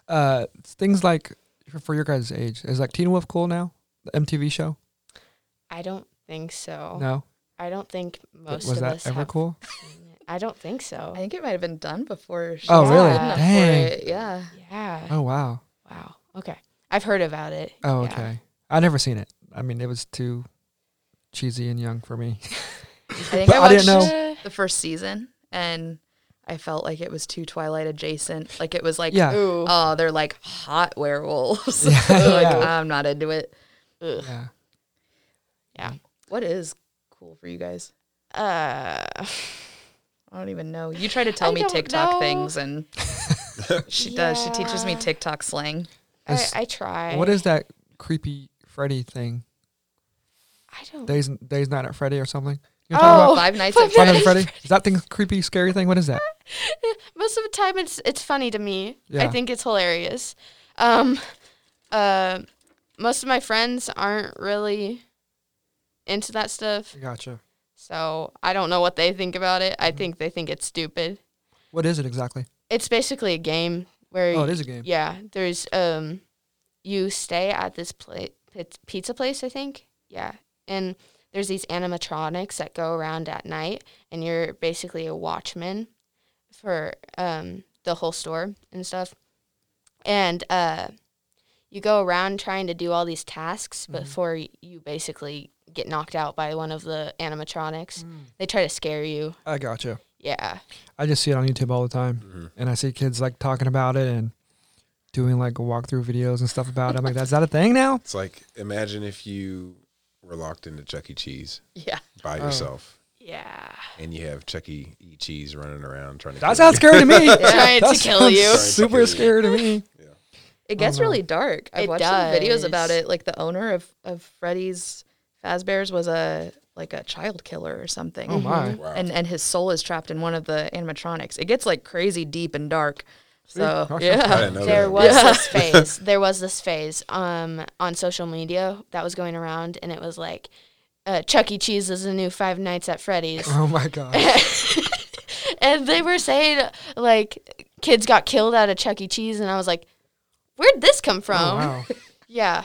Uh, things like for your guys' age is like Teen Wolf cool now? The MTV show?
I don't think so.
No,
I don't think Oh, most
was
of
that
us
ever
have
cool?
seen it. I don't think
I
so.
think it might have been done before. She
Oh,
was
really?
old enough for
Dang.
it. Yeah.
Yeah.
Oh wow.
Wow. Okay. I've heard about it.
Oh,
Yeah.
okay. I never seen it. I mean, it was too cheesy and young for me. *laughs*
I think
But
I
I didn't
watched
know-
Uh,
the first season and I felt like it was too Twilight adjacent. Like it was like,
Yeah.
Ooh.
oh, they're like hot werewolves.
*laughs* Yeah,
*laughs* like,
yeah.
I'm not into it.
Ugh.
yeah.
What is cool for you guys?
Uh,
I don't even know. You try to tell
I
me
don't
TikTok
know.
*laughs*
things and she does. She teaches me
Yeah.
TikTok slang.
I,
Is-
I try.
What is that creepy Freddy thing?
I don't.
Days Days Night at Freddy or something? You know what I'm
Oh, *laughs*
talking
Five Nights at
Five
about? Five Nights at
Freddy's.
Freddy? Is that thing creepy, scary thing? What is that?
most of the time it's it's funny to me. I
Yeah.
think it's hilarious. Um, uh, most of my friends aren't really into that stuff,
Gotcha.
so I don't know what they think about it. I
Mm.
think they think it's stupid.
What is it exactly?
It's basically a game where
Oh, it is a game.
Yeah, there's um, you stay at this pla- pit- pizza place, I think. Yeah, and there's these animatronics that go around at night, and you're basically a watchman for um the whole store and stuff. And uh, you go around trying to do all these tasks before y- you basically get knocked out by one of the animatronics. They try to scare you.
I gotcha.
Yeah.
I just see it on YouTube all the time, and I see kids like talking about it and doing like walkthrough videos and stuff about it. I'm like, that's that a thing now?
It's like imagine if you were locked into Chuck E. Cheese
*laughs* Yeah.
by yourself,
Yeah.
and you have Chuck E. Cheese running around trying to.
That
kill
sounds scary to me.
*laughs* Trying
That
to kill
sounds
you.
Super scary to me.
you. Yeah.
It gets
no.
really dark. I've
It
watched some videos about
does.
it. Like the owner of, of Freddy's Fazbear's was a like a child killer or something.
Oh my.
Mm-hmm.
Wow.
And and his soul is trapped in one of the animatronics. It gets like crazy deep and dark. So
Gosh,
I
yeah.
didn't know
There
that.
was
*laughs*
this phase. There was this phase um, on social media that was going around, and it was like, uh, Chuck E. Cheese is the new Five Nights at Freddy's,
*laughs* Oh my god.
*laughs* and they were saying like kids got killed out of Chuck E. Cheese, and I was like, where'd this come from?
Oh, wow.
Yeah,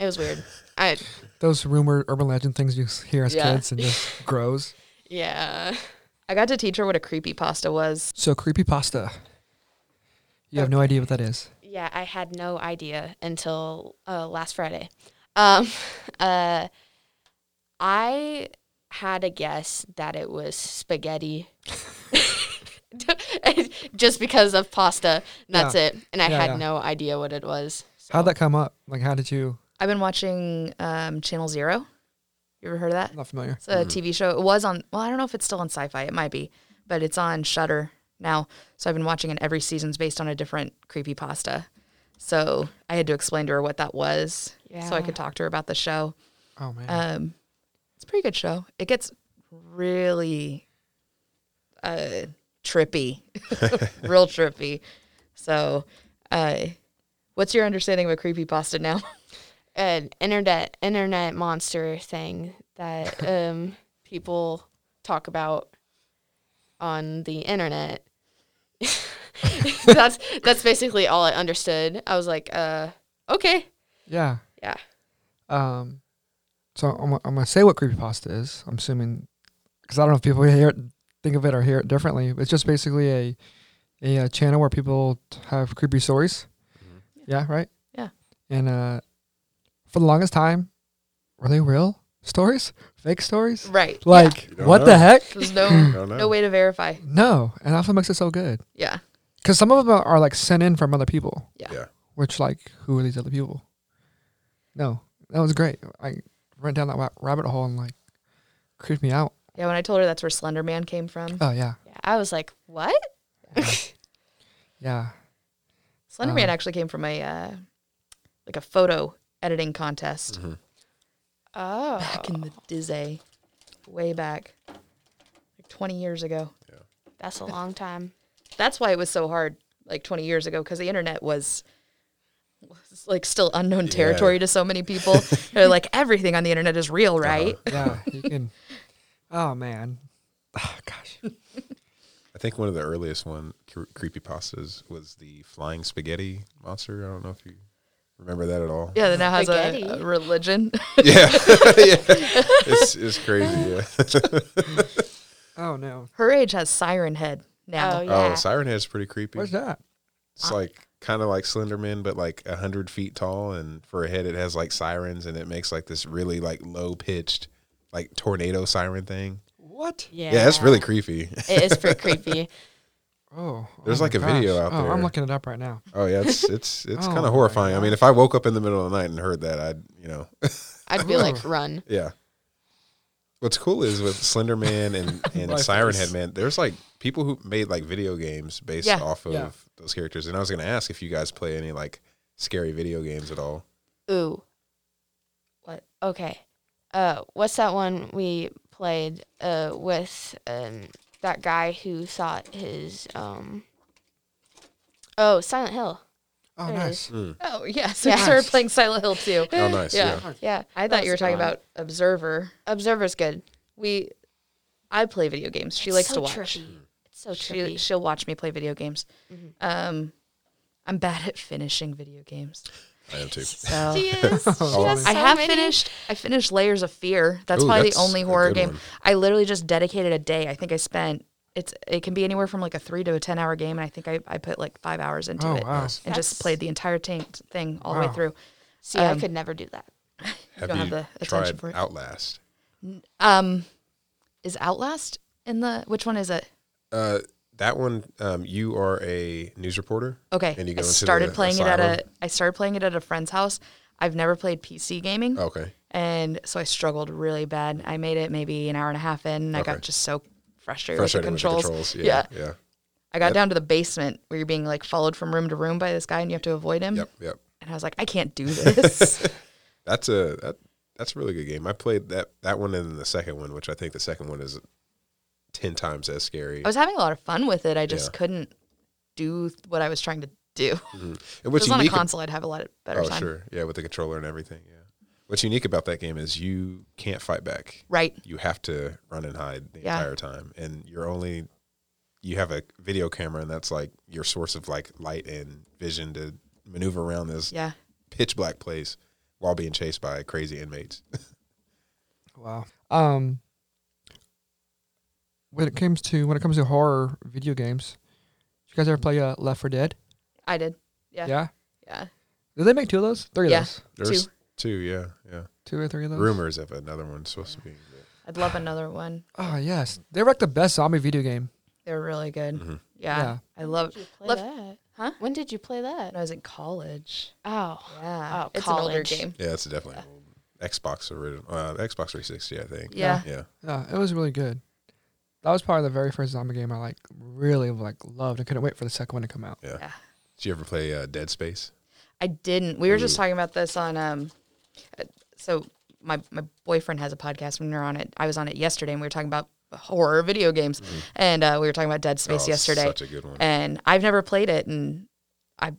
it was weird. I
Those rumor urban legend things you s- hear as
Yeah.
kids and
*laughs*
just grows.
yeah.
I got to teach her what a creepy pasta was.
So creepypasta. You have no idea what that is.
yeah, I had no idea until uh, last Friday. Um, *laughs* uh, I had a guess that it was spaghetti, *laughs* just because of pasta. and That's
Yeah.
it, and I
Yeah,
had
yeah.
no idea what it was.
How'd that come up? Like, how did you?
I've been watching um, Channel Zero. You ever heard of that?
I'm not familiar.
It's a TV show. It was on. Well, I don't know if it's still on Sci-Fi. It might be, but it's on Shutter now. So I've been watching it. Every season's based on a different creepy pasta. So I had to explain to her what that was, so
Yeah.
I could talk to her about the show.
Oh man.
Um, it's a pretty good show. It gets really uh, trippy, *laughs* real trippy. So, uh, what's your understanding of a creepy pasta now? *laughs*
An internet internet monster thing that *laughs* um, people talk about on the internet. *laughs* that's that's basically all I understood. I was like, uh, okay,
yeah.
yeah.
Um, so I'm, I'm gonna say what creepypasta is. I'm assuming because I don't know if people hear it, think of it or hear it differently. It's just basically a a, uh channel where people t- have creepy stories. Yeah. Right.
Mm-hmm. Yeah.
And uh, for the longest time, were they real stories? Fake stories?
Right.
Like
You don't
what
know.
the heck?
There's
*laughs*
no
don't know.
no way to verify.
No, and that's what makes it so good.
Yeah.
Because some of them are like sent in from other people.
Yeah.
Yeah.
Which like, who are these other people? No, that was great. I went down that wa- rabbit hole and like creeped me out.
Yeah, when I told her that's where Slender Man came from.
Oh yeah,
Yeah, I was like, what?
yeah.
Slender
Uh.
Man actually came from a uh, like a photo editing contest
Oh.
back in the dizzy, way back, like 20 years ago.
*laughs* That's a long time.
That's why it was so hard, like 20 years ago, because the internet was, was like still unknown territory to so many people. They're like everything on the internet is real, right?
*laughs*
Yeah, you can. Oh man, oh, gosh.
I think one of the earliest one creepy pastas was the flying spaghetti monster. I don't know if you remember that at all.
Yeah, that now has a,
Spaghetti.
a religion. *laughs*
yeah. Yeah. It's it's crazy. Yeah.
*laughs*
Oh no,
Her age has Siren Head now.
Oh yeah.
Oh, Siren Head's pretty creepy.
where's that?
It's like kind of like Slenderman, but like a hundred feet tall, and for a head it has like sirens, and it makes like this really like low pitched like tornado siren thing.
What?
yeah.
Yeah, that's really creepy. *laughs*
It is pretty creepy.
Oh,
There's,
oh, my
like, a video
gosh.
out
Oh, I'm
there.
looking it up right now.
Oh yeah, it's it's it's
Oh,
kind
my
of horrifying. I mean, if I woke up in the middle of the night and heard that, I'd you know *laughs*
I'd be like, run.
Yeah. What's cool is with Slender Man and, and
My
Siren
face.
Head Man, there's like people who made like video games based
Yeah.
off of
Yeah.
those characters. And I was going to ask if you guys play any like scary video games at all.
Ooh.
What?
Okay. Uh, what's that one we played uh, with um, that guy who thought his um? Oh, Silent Hill.
Oh,
There it
nice.
Oh, yeah. So
Yeah.
we started playing Silent Hill too.
Oh, nice.
Yeah.
Yeah.
Yeah,
I
That
thought you were
was
talking
fun.
about Observer.
Observer's good.
We, I play video games. She likes to watch.
Trippy. It's so
She
trippy.
she'll watch me play video games.
Mm-hmm.
Um, I'm bad at finishing video games.
I am too.
*laughs*
So *laughs*
She is. She has so
I have
many.
finished. I finished Layers of Fear. That's
Ooh,
probably
that's
the only
a
horror
good
game.
one.
I literally just dedicated a day. I think I spent. It's it can be anywhere from like a three to a ten hour game, and I think I, I put like five hours into
Oh
it
wow.
and
That's-
just played the entire tank thing all the
Wow.
way through.
See,
Um,
I could never do that.
Have
don't
you
have the attention
tried
for it.
Outlast?
Um, is Outlast in the which one is it?
Uh, that one, um, you are a news reporter.
Okay.
And you
I
go into
started
the
playing it
asylum?
at a I started playing it at a friend's house. I've never played PC gaming.
Okay.
And so I struggled really bad. I made it maybe an hour and a half in and I got
Okay.
just so frustrated,
Frustrating
with the controls.
Yeah. Yeah.
I got down to the basement where you're being like followed from room to room by this guy and you have to avoid him.
Yep. Yep.
And I was like, I can't do
*laughs*
this.
That's a that, that's a really good game. I played that that one and then the second one, which I think the second one is ten times as scary.
I was having a lot of fun with it. I just
Yeah.
couldn't do what I was trying to
*laughs*
do.
and
If it
what's
was on a
unique ab-
console, I'd have a lot of better
Oh,
time.
sure. Yeah, with the controller and everything. Yeah. What's unique about that game is you can't fight back.
Right.
You have to run and hide the
Yeah.
entire time. And you're only, you have a video camera, and that's like your source of like light and vision to maneuver around this
Yeah.
pitch black place while being chased by crazy inmates. *laughs*
Wow. Um, when it comes to when it comes to horror video games, did you guys ever play uh, Left for Dead?
I did. Yeah.
Yeah.
Yeah.
Did they make two of those? Three of
Yeah.
those?
There's two, yeah, yeah.
Two or three of those?
Rumors of another one's supposed to be.
I'd love another one.
Oh yes, they're like the best zombie video game.
They're really good.
Mhm.
Yeah.
Yeah.
I love
Did you play
Left-
that?
Huh?
When did you play
when I
that?
was in college.
Oh,
Yeah.
Oh,
it's an older
college.
game.
Yeah, it's definitely an old Xbox original, uh, Xbox 360, I think.
Yeah.
Yeah.
Yeah, it was really good. That was probably the very first zombie game I like really like loved. I couldn't wait for the second one to come out.
Yeah.
Yeah.
Did you ever play uh, Dead Space?
I didn't. We were
Mm.
just talking about this on um uh, so my my boyfriend has a podcast when we were on it. I was on it yesterday and we were talking about horror video games and uh, we were talking about Dead
Mm. Oh,
Space
it's
yesterday.
Such a good one.
and I've never played it, and I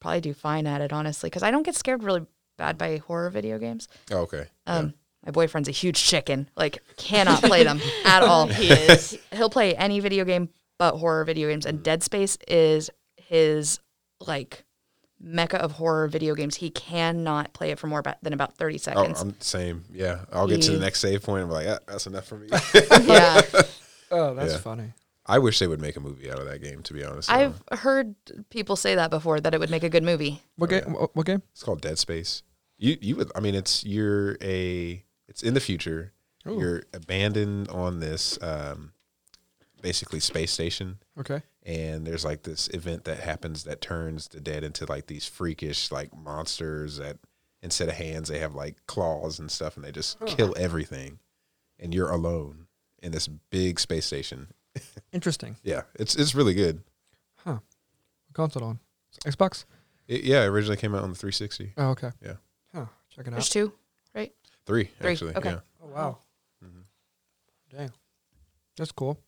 probably do fine at it honestly because I don't get scared really bad by horror video games.
Oh, okay.
Um, My boyfriend's a huge chicken, like cannot play
*laughs*
them at all.
he is.
*laughs* He'll play any video game but horror video games, and Dead Space is his like mecca of horror video games. He cannot play it for more about, than about thirty
Oh,
seconds.
I'm same. Yeah, I'll get to the
Yeah.
next save point and be like, ah, that's enough for me. *laughs*
yeah,
Oh, that's
Yeah.
funny.
I wish they would make a movie out of that game. To be honest, Uh,
I've heard people say that before that it would make a good movie.
What
Oh,
game? What, what game?
it's called Dead Space. You you would. I mean, it's you're a. It's in the future. You're abandoned on this, um, basically space station,
Okay.
and there's like this event that happens that turns the dead into like these freakish like monsters that instead of hands they have like claws and stuff, and they just kill everything, and you're alone in this big space station.
Interesting.
Yeah, it's it's really good.
What console on? Xbox.
It, yeah, it originally came out on the 360.
Oh, okay.
Yeah.
Huh. Check it
There's
out.
two, right?
Three,
Three,
actually.
okay.
Yeah.
Oh wow. Dang. That's cool.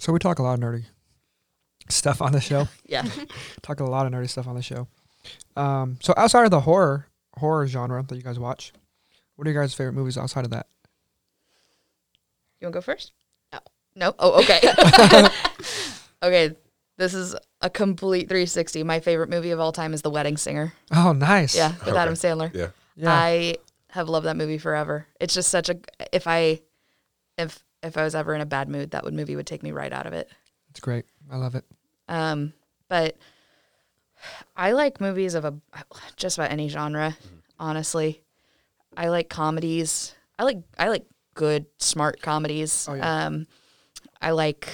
So we talk a lot of nerdy stuff on the show.
*laughs* Yeah.
*laughs* talk a lot of nerdy stuff on the show. Um, so outside of the horror horror genre that you guys watch, what are your guys' favorite movies outside of that? *laughs*
You want to go first?
No.
No? Oh, okay. *laughs* okay. This is a complete 360. My favorite movie of all time is The Wedding Singer.
Oh, nice.
Yeah, with
Okay.
Adam Sandler.
Yeah.
Yeah.
I have loved that movie forever. It's just such a if I if if I was ever in a bad mood, that would movie would take me right out of it.
it's great. I love it. *laughs*
Um, but I like movies of a just about any genre. Honestly, I like comedies. I like I like good smart comedies.
Oh, yeah.
Um, I like.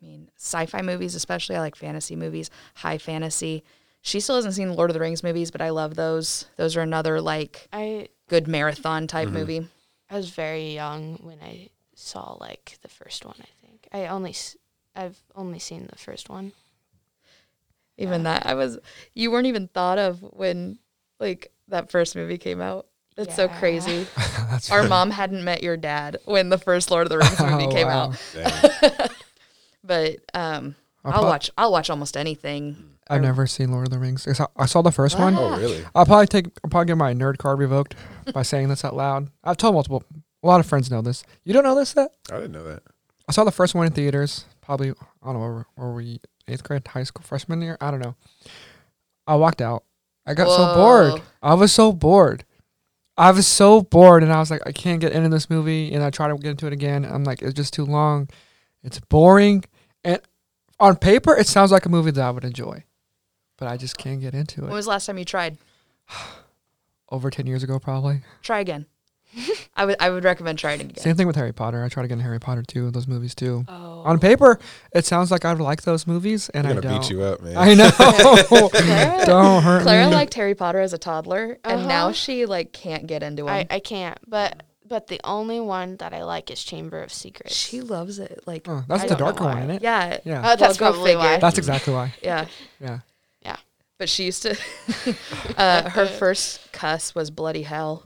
I mean, sci-fi movies, especially. I like fantasy movies, high fantasy. She still hasn't seen Lord of the Rings movies, but I love those. Those are another like
I
good marathon type
Mm-hmm.
movie.
I was very young when I saw like the first one. I think I only s- I've only seen the first one.
Even that, I was. You weren't even thought of when like that first movie came out. That's so
Yeah. *laughs*
crazy.
That's
our mom hadn't met your dad when the first Lord of the Rings movie
Oh,
came
wow.
out.
*laughs*
Dang.
But um,
I'll
I'll,
prob-
watch. I'll watch almost anything.
I've never seen Lord of the Rings. I saw, I saw the first one.
oh, really?
I'll probably take. I'll probably get my nerd card revoked by saying this out loud. I've told multiple. A lot of friends know this. You don't know this yet.
I didn't know that.
I saw the first one in theaters. Probably I don't know. Were, were we eighth grade, high school, freshman year? I don't know. I walked out. I got so bored.
Whoa.
I was so bored. I was so bored, and I was like, I can't get into this movie. And I try to get into it again. I'm like, it's just too long. It's boring. And on paper, it sounds like a movie that I would enjoy, but I just can't get into
When
it.
was the last time you tried?
Over ten years ago, probably.
Try again. I would. I would recommend trying it again.
Same thing with Harry Potter. I try to get into Harry Potter too. Those movies too.
Oh,
On paper, it sounds like I'd like those movies, and
I'm
I
gonna
don't.
beat you up, man.
I know. Don't hurt
Clara
me.
liked Harry Potter as a toddler, and now
Uh-huh.
she like can't get into it.
I, I can't. But but the only one that I like is Chamber of Secrets.
she loves it. Like
Oh, that's
I
the
don't know
darker one,
why.
isn't it?
yeah,
Yeah.
Oh, that's
Well, go
probably why.
figure.
That's exactly why.
yeah.
Yeah.
yeah.
But she
*laughs*
used to. uh, her first cuss was
*laughs*
bloody hell.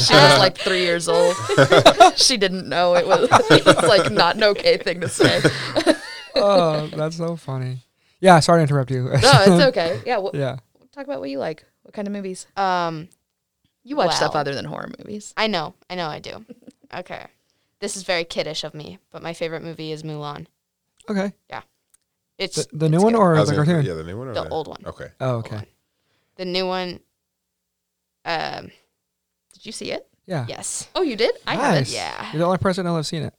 she was like three years old. she didn't know it was, *laughs* it was like not an okay thing to say.
*laughs* Oh, that's so funny. Yeah, sorry to interrupt you.
No, it's okay. Yeah, well,
*laughs* yeah.
talk about what you like. What kind of movies
Um,
you watch? Stuff
Well.
other than horror movies.
I know, I know, I
*laughs*
do. Okay, this is very kiddish of me, but my favorite movie is Mulan.
Okay.
It's
The, the
it's
new one
good.
or
I was
the
gonna-
cartoon?
Yeah, the new one or
the old one.
Okay.
Oh, okay.
one. The new one. Um.
Did you see it?
Yeah.
Yes.
Oh, you did? I haven't.
Nice.
yeah.
You're the only person I'll have seen it.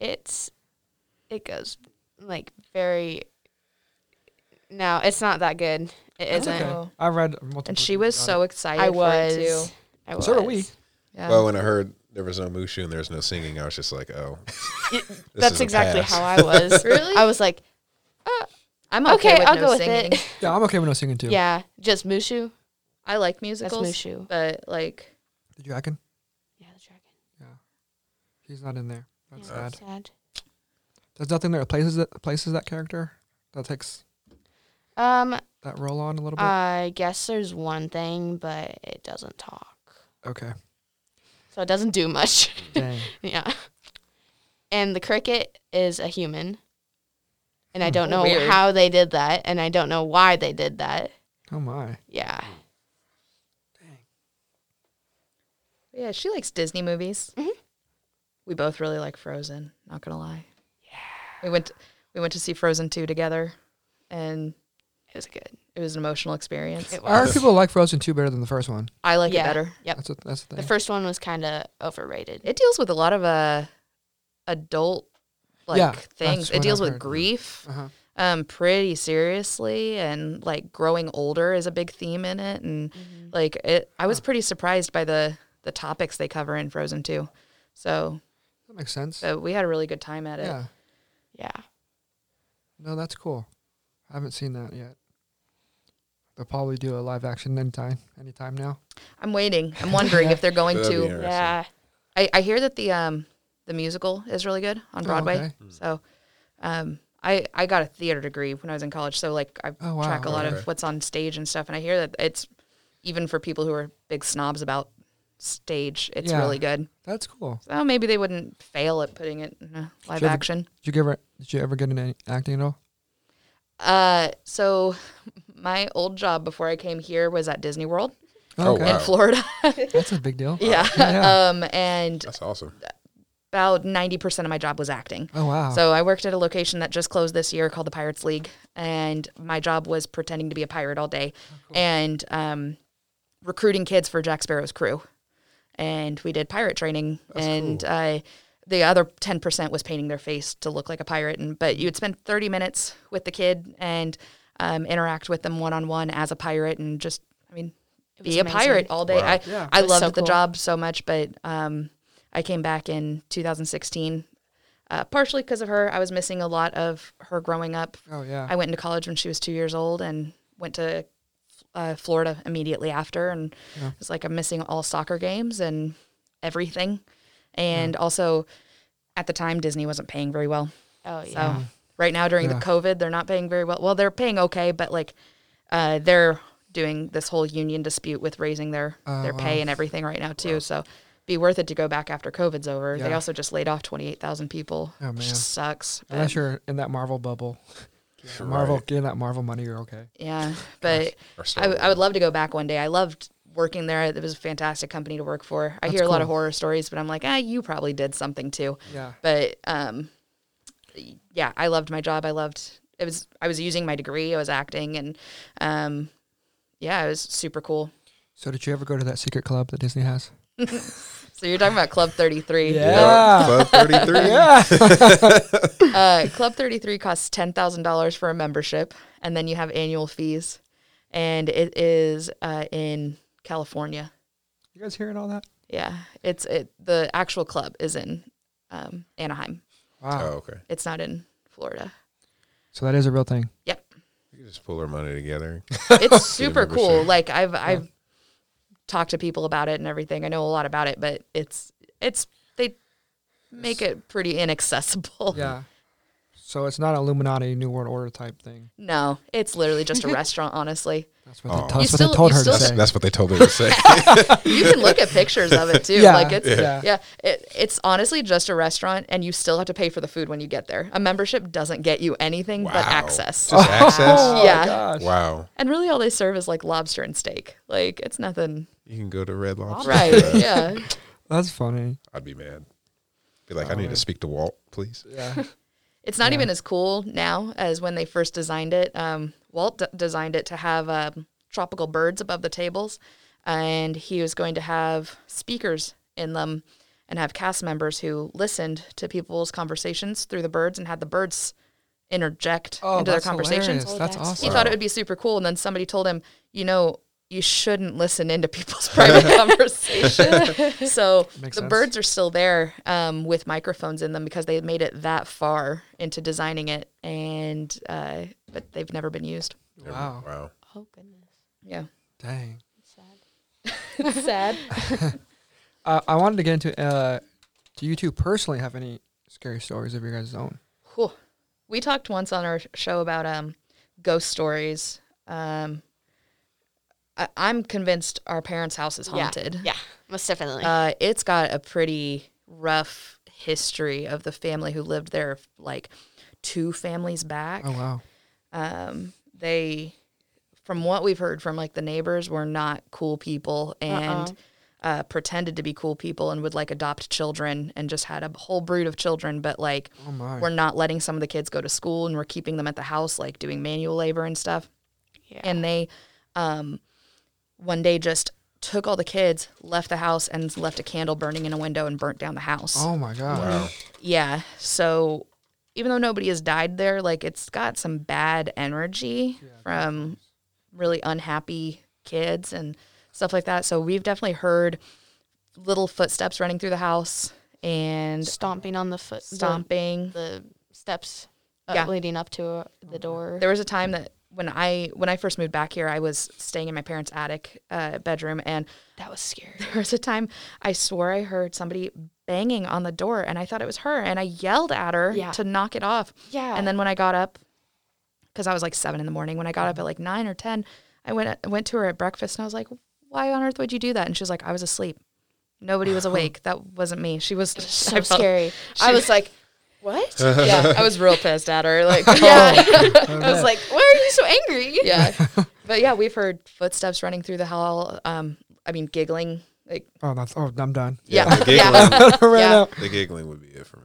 It's. It goes like very. No, it's not that good. It
That's
isn't.
Okay.
Oh.
I read multiple.
And she was
about
so excited.
I
For it
was.
too.
I was.
So are we.
Yeah.
Well, when I heard there was no Mushu and there was no singing, I was just
*laughs*
like, oh. *laughs* this is
That's
a
exactly
pass.
how I was.
*laughs* Really?
I was like,
I'm
okay,
with
I'll
no
go with
singing.
it.
it. Yeah, I'm okay with no singing too.
yeah, just Mushu.
I like
That's
musicals,
Mushu.
but like
The dragon.
Yeah, the dragon.
He's not in there. That's
Yeah,
sad.
sad.
There's nothing that replaces that places that character. That takes
Um,
that role on a little bit.
I guess there's one thing, but it doesn't talk,
okay.
so it doesn't do much. *laughs*
Dang.
yeah. And the cricket is a human, and I
Hmm.
don't know
Weird.
how they did that, and I don't know why they did that.
Oh my.
Yeah.
yeah, she likes Disney movies.
Mm-hmm.
Mhm.
We both really like Frozen. Not gonna lie. Yeah. We went we went to see Frozen two together, and
It was good.
it was an emotional experience.
It
I heard
was.
people like Frozen 2 better than the first one.
I like
Yeah.
it better.
Yep.
That's a, that's the
The
thing.
first one was kind of overrated.
It deals with a lot of uh adult like
Yeah, that's
things.
what
It deals
I've
with
heard.
grief
Uh-huh.
um pretty seriously and like growing older is a big theme in it and
Mm-hmm.
like it I was pretty surprised by the the topics they cover in Frozen 2. So,
That makes sense.
but we had a really good time at it.
Yeah.
Yeah.
No, that's cool. I haven't seen that yet. They'll probably do a live action anytime, anytime now.
I'm waiting. I'm wondering if
*laughs*
they're going
That'd be
to
interesting.
Yeah.
I, I hear that the um the musical is really good on
Oh,
Broadway.
okay.
Hmm.
So um I, I got a theater degree when I was in college, so like I
Oh, wow.
track a lot
Okay.
of what's on stage and stuff, and I hear that it's even for people who are big snobs about stage, it's
Yeah.
really good.
That's cool.
So maybe they wouldn't fail at putting it in a live
Sure, the-
action.
Did you give her, did you ever get into any acting at all?
Uh, so *laughs* my old job before I came here was at Disney World
Oh,
in
wow.
*laughs*
Florida. *laughs*
That's a big deal.
yeah.
Yeah.
*laughs* Um, and
That's awesome.
about ninety percent of my job was acting.
Oh wow.
So I worked at a location that just closed this year called the Pirates League, and my job was pretending to be a pirate all day
Oh,
and um, recruiting kids for Jack Sparrow's crew. And we did pirate training, and uh, the other ten percent was painting their face to look like a pirate. And but you would spend thirty minutes with the kid and um, interact with them one on one as a pirate, and just I mean,
was
be a
amazing.
pirate all day.
Wow.
I
Yeah.
I
It was
loved
so
the
cool.
job so much, but um, I came back in 2016 uh, partially because of her. I was missing a lot of her growing up.
oh yeah.
I went into college when she was two years old and went to uh, Florida immediately after. And
Yeah.
it's like I'm missing all soccer games and everything. And also, at the time, Disney wasn't paying very well.
Oh
So
yeah.
right now, during
Yeah.
the COVID, they're not paying very well. Well, they're paying okay, but like uh, they're doing this whole union dispute with raising their their
Oh,
pay
wow.
and everything right now too. So be worth it to go back after COVID's over. They
Yeah.
also just laid off twenty eight thousand people.
Oh,
which
man.
sucks. but-
Unless you're in that Marvel bubble, Marvel
Right.
getting that Marvel money, you're okay.
yeah, but
Or
I,
Star
w- I would love to go back one day. I loved working there. It was a fantastic company to work for. I
That's
hear a lot of
cool.
horror stories, but I'm like, ah, you probably did something too.
Yeah.
But um, yeah, I loved my job. I loved it was I was using my degree. I was acting, and um, yeah, it was super cool.
So did you ever go to that secret club that Disney has?
So you're talking about Club
*laughs*
33.
Yeah.
Club 33.
Yeah.
Uh, Club 33 costs $10,000 for a membership, and then you have annual fees. And it is uh, in California.
you guys hearing all that?
Yeah, it's it. The actual club is in um, Anaheim.
Wow.
Oh, okay.
It's not in Florida.
So that is a real thing.
Yep,
We could just pull our money together.
it's super cool.
membership.
Like I've I've talked to people about it and everything. I know a lot about it, but it's it's they make it pretty inaccessible.
Yeah. So it's not Illuminati New World Order type thing.
*laughs* No, it's literally just a restaurant. Honestly,
That's what,
Oh.
they, that's
You
what they
still-
told
you
her to
still-
That's,
say.
that's what they told me
*laughs*
to say. *laughs*
you can look at pictures of it too.
Yeah,
Like it's
yeah.
yeah, it, it's honestly just a restaurant, and you still have to pay for the food when you get there. A membership doesn't get you anything
Wow.
but access.
Just access?
oh,
Yeah.
Gosh.
Wow.
And really, all they serve is like lobster and steak. Like it's nothing,
You can go to Red Lobster. Uh,
right?
*laughs*
yeah,
That's funny. *laughs*
I'd be mad. Be like, I need to speak to Walt, please.
Yeah.
It's not
Yeah.
even as cool now as when they first designed it. Um, Walt d- designed it to have um, tropical birds above the tables, and he was going to have speakers in them and have cast members who listened to people's conversations through the birds and had the birds interject
Oh,
into their
that's
conversations.
hilarious.
Oh,
That's
that's-
He
awesome.
thought it would be super cool, and then somebody told him, you know, you shouldn't listen
*laughs*
into people's private conversation. so the
Makes sense.
birds are still there um, with microphones in them because they made it that far into designing it, and uh, but they've never been used.
Wow.
Wow.
Oh goodness,
Yeah,
Dang.
sad. *laughs*
sad.
Uh, I wanted to get into uh, do you two personally have any scary stories of your guys' own?
Whew. We talked once on our show about um, ghost stories. Um, I- I'm convinced our parents' house is haunted.
Yeah, most definitely.
Uh, it's got a pretty rough history of the family who lived there, like two families back.
Oh wow.
Um, they, from what we've heard from like the neighbors, were not cool people and
Uh-uh.
uh, pretended to be cool people and would like adopt children and just had a whole brood of children, but like
Oh my.
we're not letting some of the kids go to school and we're keeping them at the house, like doing manual labor and stuff
yeah.
and they um, one day just took all the kids left the house and left a candle burning in a window and burnt down the house
oh my god.
Wow.
yeah so even though nobody has died there like it's got some bad energy from really unhappy kids and stuff like that so we've definitely heard little footsteps running through the house and
stomping on the foot, the-
stomping
the, steps uh,
Yeah. Oh,
leading up to the door.
There was a time that when I when I first moved back here, I was staying in my parents' attic uh, bedroom, and
that was scary.
there was a time I swore I heard somebody banging on the door, and I thought it was her, and I yelled at her
Yeah.
to knock it off.
Yeah.
And then when I got up, because I was like seven in the morning, when I got up at like nine or ten, I went went to her at breakfast, and I was like, "Why on earth would you do that?" And she was like, "I was asleep." Nobody was awake. That wasn't me. She *laughs* was,
so
*laughs* I felt-
scary. I was
*laughs*
like, what?
Yeah, I was real pissed at her. *laughs* Like,
yeah. I was like, why are you so angry?
*laughs* yeah. But yeah, we've heard footsteps running through the hall. Um, I mean, giggling. Like,
Oh that's oh I'm done.
yeah,
The
yeah.
*laughs*
giggling,
right
*laughs* Yeah.
now.
the giggling would be it for me.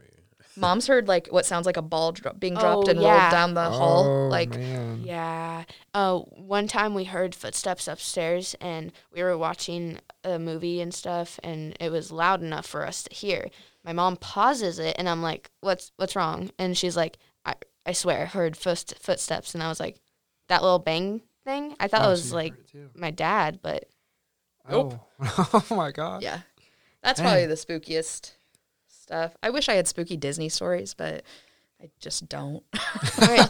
Mom's heard like what sounds like a ball dro- being dropped
Oh,
and
yeah.
rolled down the hall.
Oh,
*laughs* Like,
man.
Yeah. Uh, one time we heard footsteps upstairs, and we were watching a movie and stuff, and it was loud enough for us to hear. My mom pauses it, and I'm like, "What's what's wrong?" And she's like, "I I swear, I heard first footsteps," and I was like, "That little bang thing." I thought
Oh,
it
so
was
you
like
heard it too.
my dad, but
Oh. oh *laughs* my god.
yeah, that's
Dang.
probably the spookiest stuff. I wish I had spooky Disney stories, but I just don't. *laughs*
Alright,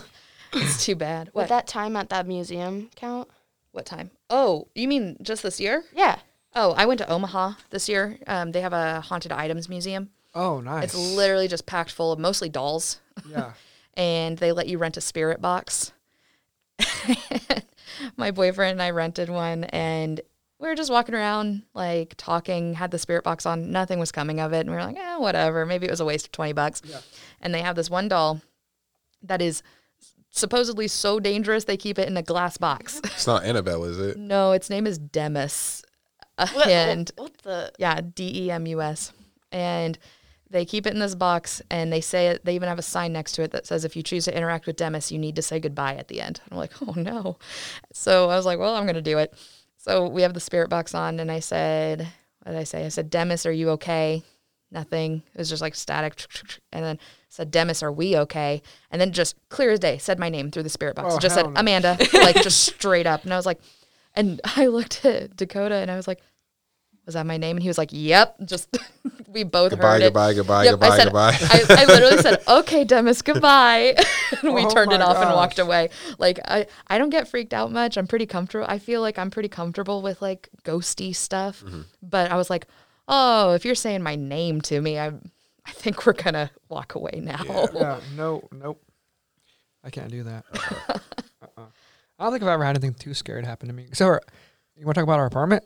It's too bad.
would
What?
that time at that museum count?
what time? Oh, you mean just this year?
Yeah.
Oh, I went to Omaha this year. Um, they have a haunted items museum.
Oh nice.
It's literally just packed full of mostly dolls.
Yeah.
and they let you rent a spirit box. *laughs* My boyfriend and I rented one, and we were just walking around, like talking, had the spirit box on. Nothing was coming of it. And we were like, eh, whatever. Maybe it was a waste of 20 bucks. And they have this one doll that is supposedly so dangerous, they keep it in a glass box.
It's not Annabelle, is it?
no, its name is Demis. And
what the?
yeah, D E M U S. And they keep it in this box and they say it, they even have a sign next to it that says if you choose to interact with Demis, you need to say goodbye at the end. I'm like, *laughs* oh no. So I was like, well, I'm going to do it. So we have the spirit box on and I said, what did I say? I said, Demis, are you okay? Nothing. It was just like static. And then said, Demis, are we okay? And then just clear as day said my name through the spirit box.
Oh,
just said,
hell no.
Amanda, like
*laughs*
just straight up. And I was like, and *laughs* I looked at Dakota and I was like, was that my name? And he was like, yep. Just *laughs* we both
Goodbye,
heard it.
goodbye, goodbye,
Yep,
goodbye,
I said,
goodbye.
I, I literally
*laughs*
said, okay, Demis, goodbye. *laughs* and we
Oh
turned it
my
off and
gosh.
walked away. Like, I, I don't get freaked out much. I'm pretty comfortable. I feel like I'm pretty comfortable with like ghosty stuff.
Mm-hmm.
But I was like, oh, if you're saying my name to me, I, I think we're going to walk away now. *laughs*
yeah. No. Nope. I can't do that. uh-uh. I don't think I've ever had anything too scary to happen to me. So, our- you want to talk about our apartment?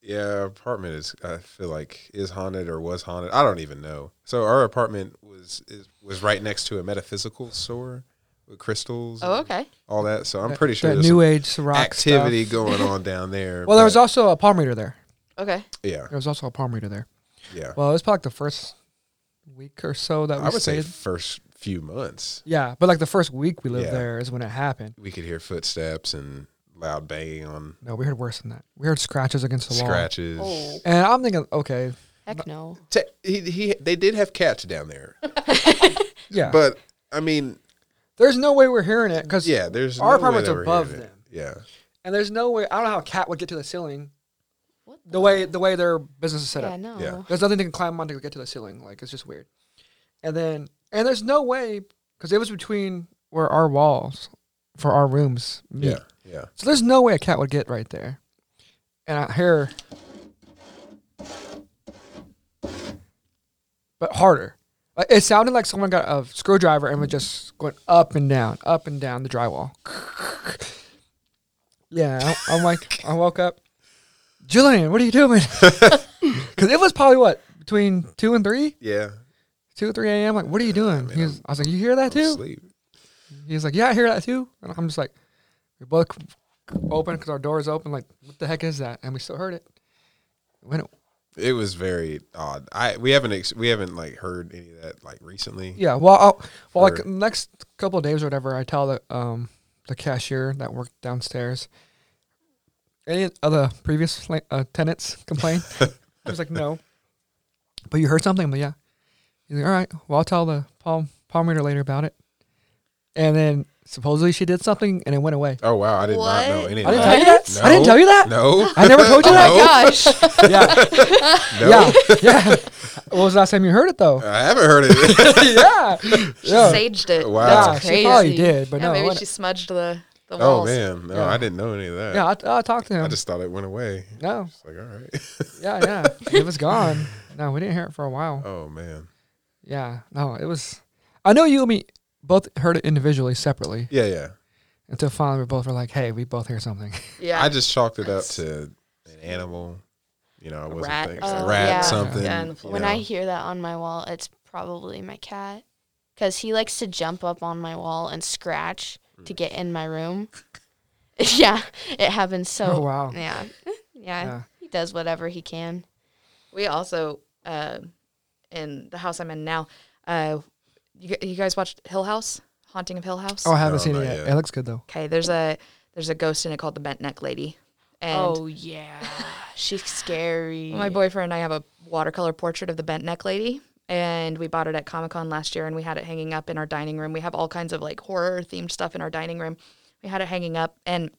Yeah, apartment is I feel like is haunted or was haunted. I don't even know. So our apartment was is, was right next to a metaphysical store with crystals.
Oh,
and
okay.
All that. So I'm pretty sure
That
there's
new
some
age rock
activity
Stuff. *laughs*
going on down there.
Well, there was
but-
also a palm reader there.
Okay.
yeah,
There was also a palm reader there.
yeah.
Well, it was probably like the first week or so that we
I would say
stayed.
first few months.
Yeah, but like the first week we lived
Yeah.
there is when it happened.
We could hear footsteps and loud banging on
No, we heard worse than that. We heard scratches against the wall.
scratches.
Oh,
And I'm thinking, okay,
heck no.
Te- he, he, they did have cats down there,
yeah, but
but I mean,
there's no way we're hearing it because
yeah, there's
Our
no way
apartment's
they were
above
hearing it.
them.
Yeah,
and there's no way. I don't know how a cat would get to the ceiling.
What
The way the way their business is set
Yeah,
up,
no.
Yeah.
there's nothing they can climb on to get to the ceiling. Like it's just weird. And then and there's no way because it was between where our walls for our rooms meet.
yeah, yeah.
So there's no way a cat would get right there. And I hear, but harder. Like, It sounded like someone got a screwdriver and was just going up and down, up and down the drywall. *laughs* yeah, I- I'm like, I woke up. Julian, what are you doing? *laughs* Because it was probably what between two and three,
Yeah, two
two or three a.m. Like, what are you doing? He was, I was like, you hear that too?
Sleep.
He's like, "Yeah, I hear that too." And I'm just like, "We both open because our door is open. Like, what the heck is that?" And we still heard it. When it,
It was very odd. I we haven't ex- we haven't like heard any of that like recently.
yeah, well, I'll, well, like
Heard.
next couple of days or whatever, I tell the um the cashier that worked downstairs. Any other previous fla- uh, tenants
*laughs*
complain? I was like, "No," but you heard something. I'm like, "Yeah." He's like, "All right, well, I'll tell the palm palm reader later about it." And then supposedly she did something, and it went away.
Oh wow, I did not know
What?
any.
I didn't
of that.
tell you that. I didn't
No.
tell you that.
No,
I *laughs* never told you
Oh
that.
my gosh.
Yeah,
no,
yeah, yeah. What was the last time you heard it though? *laughs*
I haven't heard it.
yeah,
She *laughs*
Yeah.
saged it.
Wow.
yeah.
That's
She probably
crazy.
did, but
yeah,
no.
maybe
what-
she smudged the, the
*laughs* oh
walls.
man, no,
Yeah.
I didn't know any of that.
yeah, I, I talked to him.
I just thought it went away.
no,
It's like all right. *laughs*
yeah, yeah. it was gone. No, we didn't hear it for a while.
Oh man.
Yeah, no, it was. I know you and me both heard it individually, separately,
Yeah, yeah.
until finally we both were like, "Hey, we both hear something."
Yeah.
I just chalked it up
That's-
to an animal. You know, I wasn't
rat.
thinking
Oh,
rat
yeah.
something.
Yeah, and
you
when
When
know.
I hear that on my wall, it's probably my cat. Because he likes to jump up on my wall and scratch to get in my room. *laughs* yeah, it happens so.
Oh, wow.
Yeah. *laughs* yeah.
Yeah.
He does whatever he can.
We also, uh, in the house I'm in now, uh, you, gu- you guys watched Hill House, Haunting of Hill House?
*laughs* Oh, I haven't
No,
seen it
not
yet.
yet.
It looks good though.
Okay, there's a there's a ghost in it called the bent neck lady, and
oh, yeah. Oh She's scary.
my boyfriend and I have a watercolor portrait of the bent neck lady, and we bought it at Comic Con last year, and we had it hanging up in our dining room. We have all kinds of like horror themed stuff in our dining room. We had it hanging up, and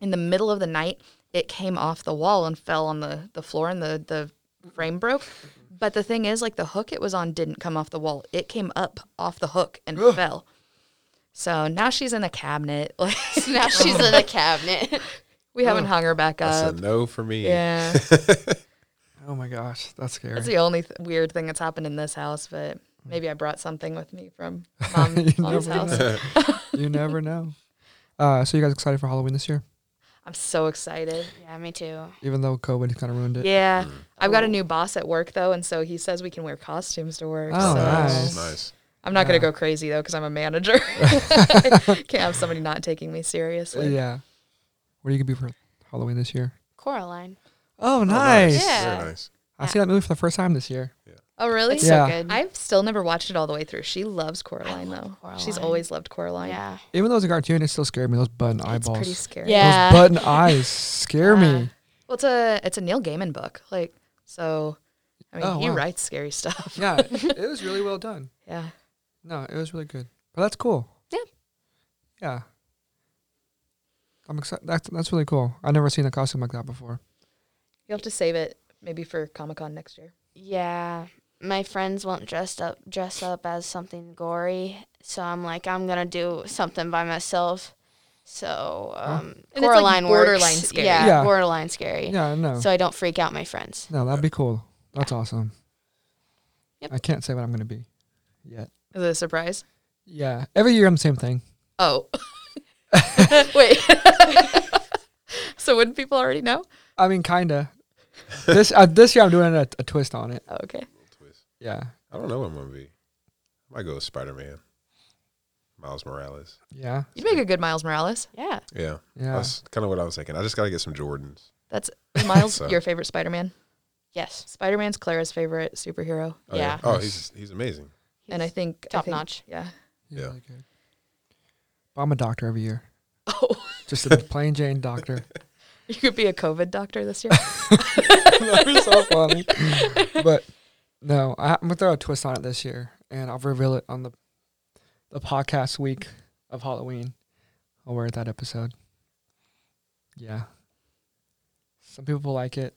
in the middle of the night, it came off the wall and fell on the the floor, and the the frame broke. But the thing is, like the hook it was on didn't come off the wall; it came up off the hook and fell. So now she's in a cabinet. *laughs* Like
*laughs* now she's in a cabinet.
we haven't hung her back
That's a
up.
no for me.
Yeah.
Oh my gosh, that's scary. *laughs*
That's the only th- weird thing that's happened in this house, but maybe I brought something with me
*laughs*
from mom,
You
mom's
never
house.
you never know. Uh, so you guys excited for Halloween this year?
I'm so excited.
*laughs* yeah, me too.
Even though COVID kind of ruined it.
Yeah. I've got a new boss at work though, and so he says we can wear costumes to work.
Oh,
so
nice.
Nice. nice.
I'm not going to
Yeah.
go crazy though because I'm a
*laughs*
manager. *laughs* Can't have somebody not taking me
Uh,
seriously.
yeah. What are you gonna be for Halloween this year?
Coraline.
Oh,
nice.
nice.
Yeah.
Very nice.
I see that movie for the first time this year.
Oh, really?
It's
Yeah.
so good.
I've still never watched it all the way through. She loves Coraline
love
though. She's
Coraline.
always loved Coraline.
yeah.
Even though it's a cartoon, it still scared me. Those button
It's
eyeballs.
pretty scary.
Yeah.
Those button eyes scare
Yeah.
me.
Well, it's a it's a Neil Gaiman book. Like so I mean,
Oh,
he
wow.
writes scary *laughs* stuff.
Yeah, it was really well done.
Yeah.
No, it was really good. But that's cool.
Yeah.
Yeah. I'm excited. That's that's really cool. I've never seen a costume like that before.
You'll have to save it maybe for Comic Con next year.
Yeah, my friends won't dress up dress up as something gory, so I'm like, I'm gonna do something by myself. So um,
And it's, like,
borderline works.
borderline scary.
Yeah,
Yeah.
borderline scary.
Yeah, no,
So I don't freak out my friends.
no, that'd be cool. That's awesome.
Yep.
I can't say what I'm gonna be yet.
Is it a surprise?
Yeah, every year I'm the same thing.
*laughs* Oh. Wait. *laughs* so wouldn't people already know?
I mean, kinda. this uh, this year I'm doing a, a twist on it.
Oh, okay.
Yeah,
I don't know what I'm gonna be. I might go with Spider Man. Miles Morales.
yeah,
You'd make a good Miles Morales.
Yeah,
Yeah.
yeah.
That's kind of what I was thinking. I just gotta get some Jordans.
That's Miles,
So-
your favorite Spider Man.
yes,
Spider Man's Clara's favorite superhero.
Oh,
yeah.
Oh, he's he's amazing.
and I
He's
think I
top
think-
notch.
Yeah. *laughs*
He's
Yeah.
really good. But I'm a doctor every year.
Oh,
Just a plain Jane doctor.
you could be a COVID doctor this *laughs* year.
that was so funny. But no, I, I'm gonna throw a twist on it this year, and I'll reveal it on the the podcast week of Halloween. I'll wear that episode. Yeah. Some people will like it.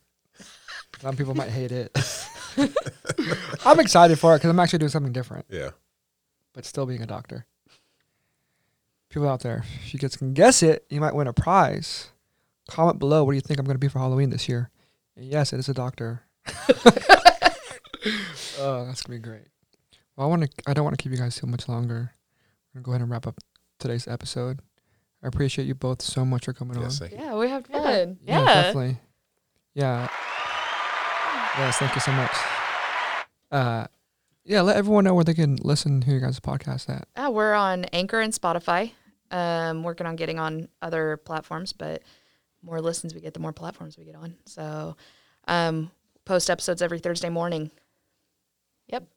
Some people might hate it. *laughs* I'm excited for it because I'm actually doing something different,
Yeah.
but still being a doctor. People out there, if you guys can guess it, you might win a prize. Comment below what do you think I'm going to be for Halloween this year. And yes, it is a
*laughs*
doctor. oh, that's gonna be great. Well, I want to. I don't want to keep you guys too much longer. I'm gonna go ahead and wrap up today's episode. I appreciate you both so much for coming
Yes,
on.
thank you.
yeah, we had
Yeah.
fun.
Yeah.
definitely. Yeah. Yes, thank you so much. Uh, yeah, let everyone know where they can listen to your guys' podcast at.
Uh, we're on Anchor and Spotify. Um, working on getting on other platforms, but more listens we get, the more platforms we get on. So, um, post episodes every Thursday morning. Yep.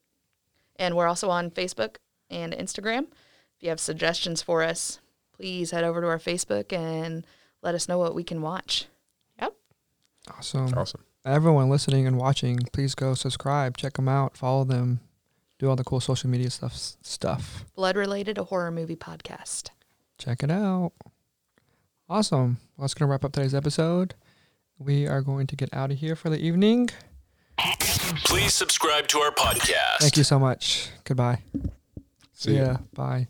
And we're also on Facebook and Instagram. If you have suggestions for us, please head over to our Facebook and let us know what we can watch.
Awesome.
Awesome.
Everyone listening and watching, please go subscribe, check them out, follow them, do all the cool social media stuff. Stuff.
Blood related, a horror movie podcast.
check it out. Awesome. Well, that's going to wrap up today's episode. We are going to get out of here for the evening.
Please subscribe to our podcast.
Thank you so much. Goodbye.
See ya.
ya. Bye.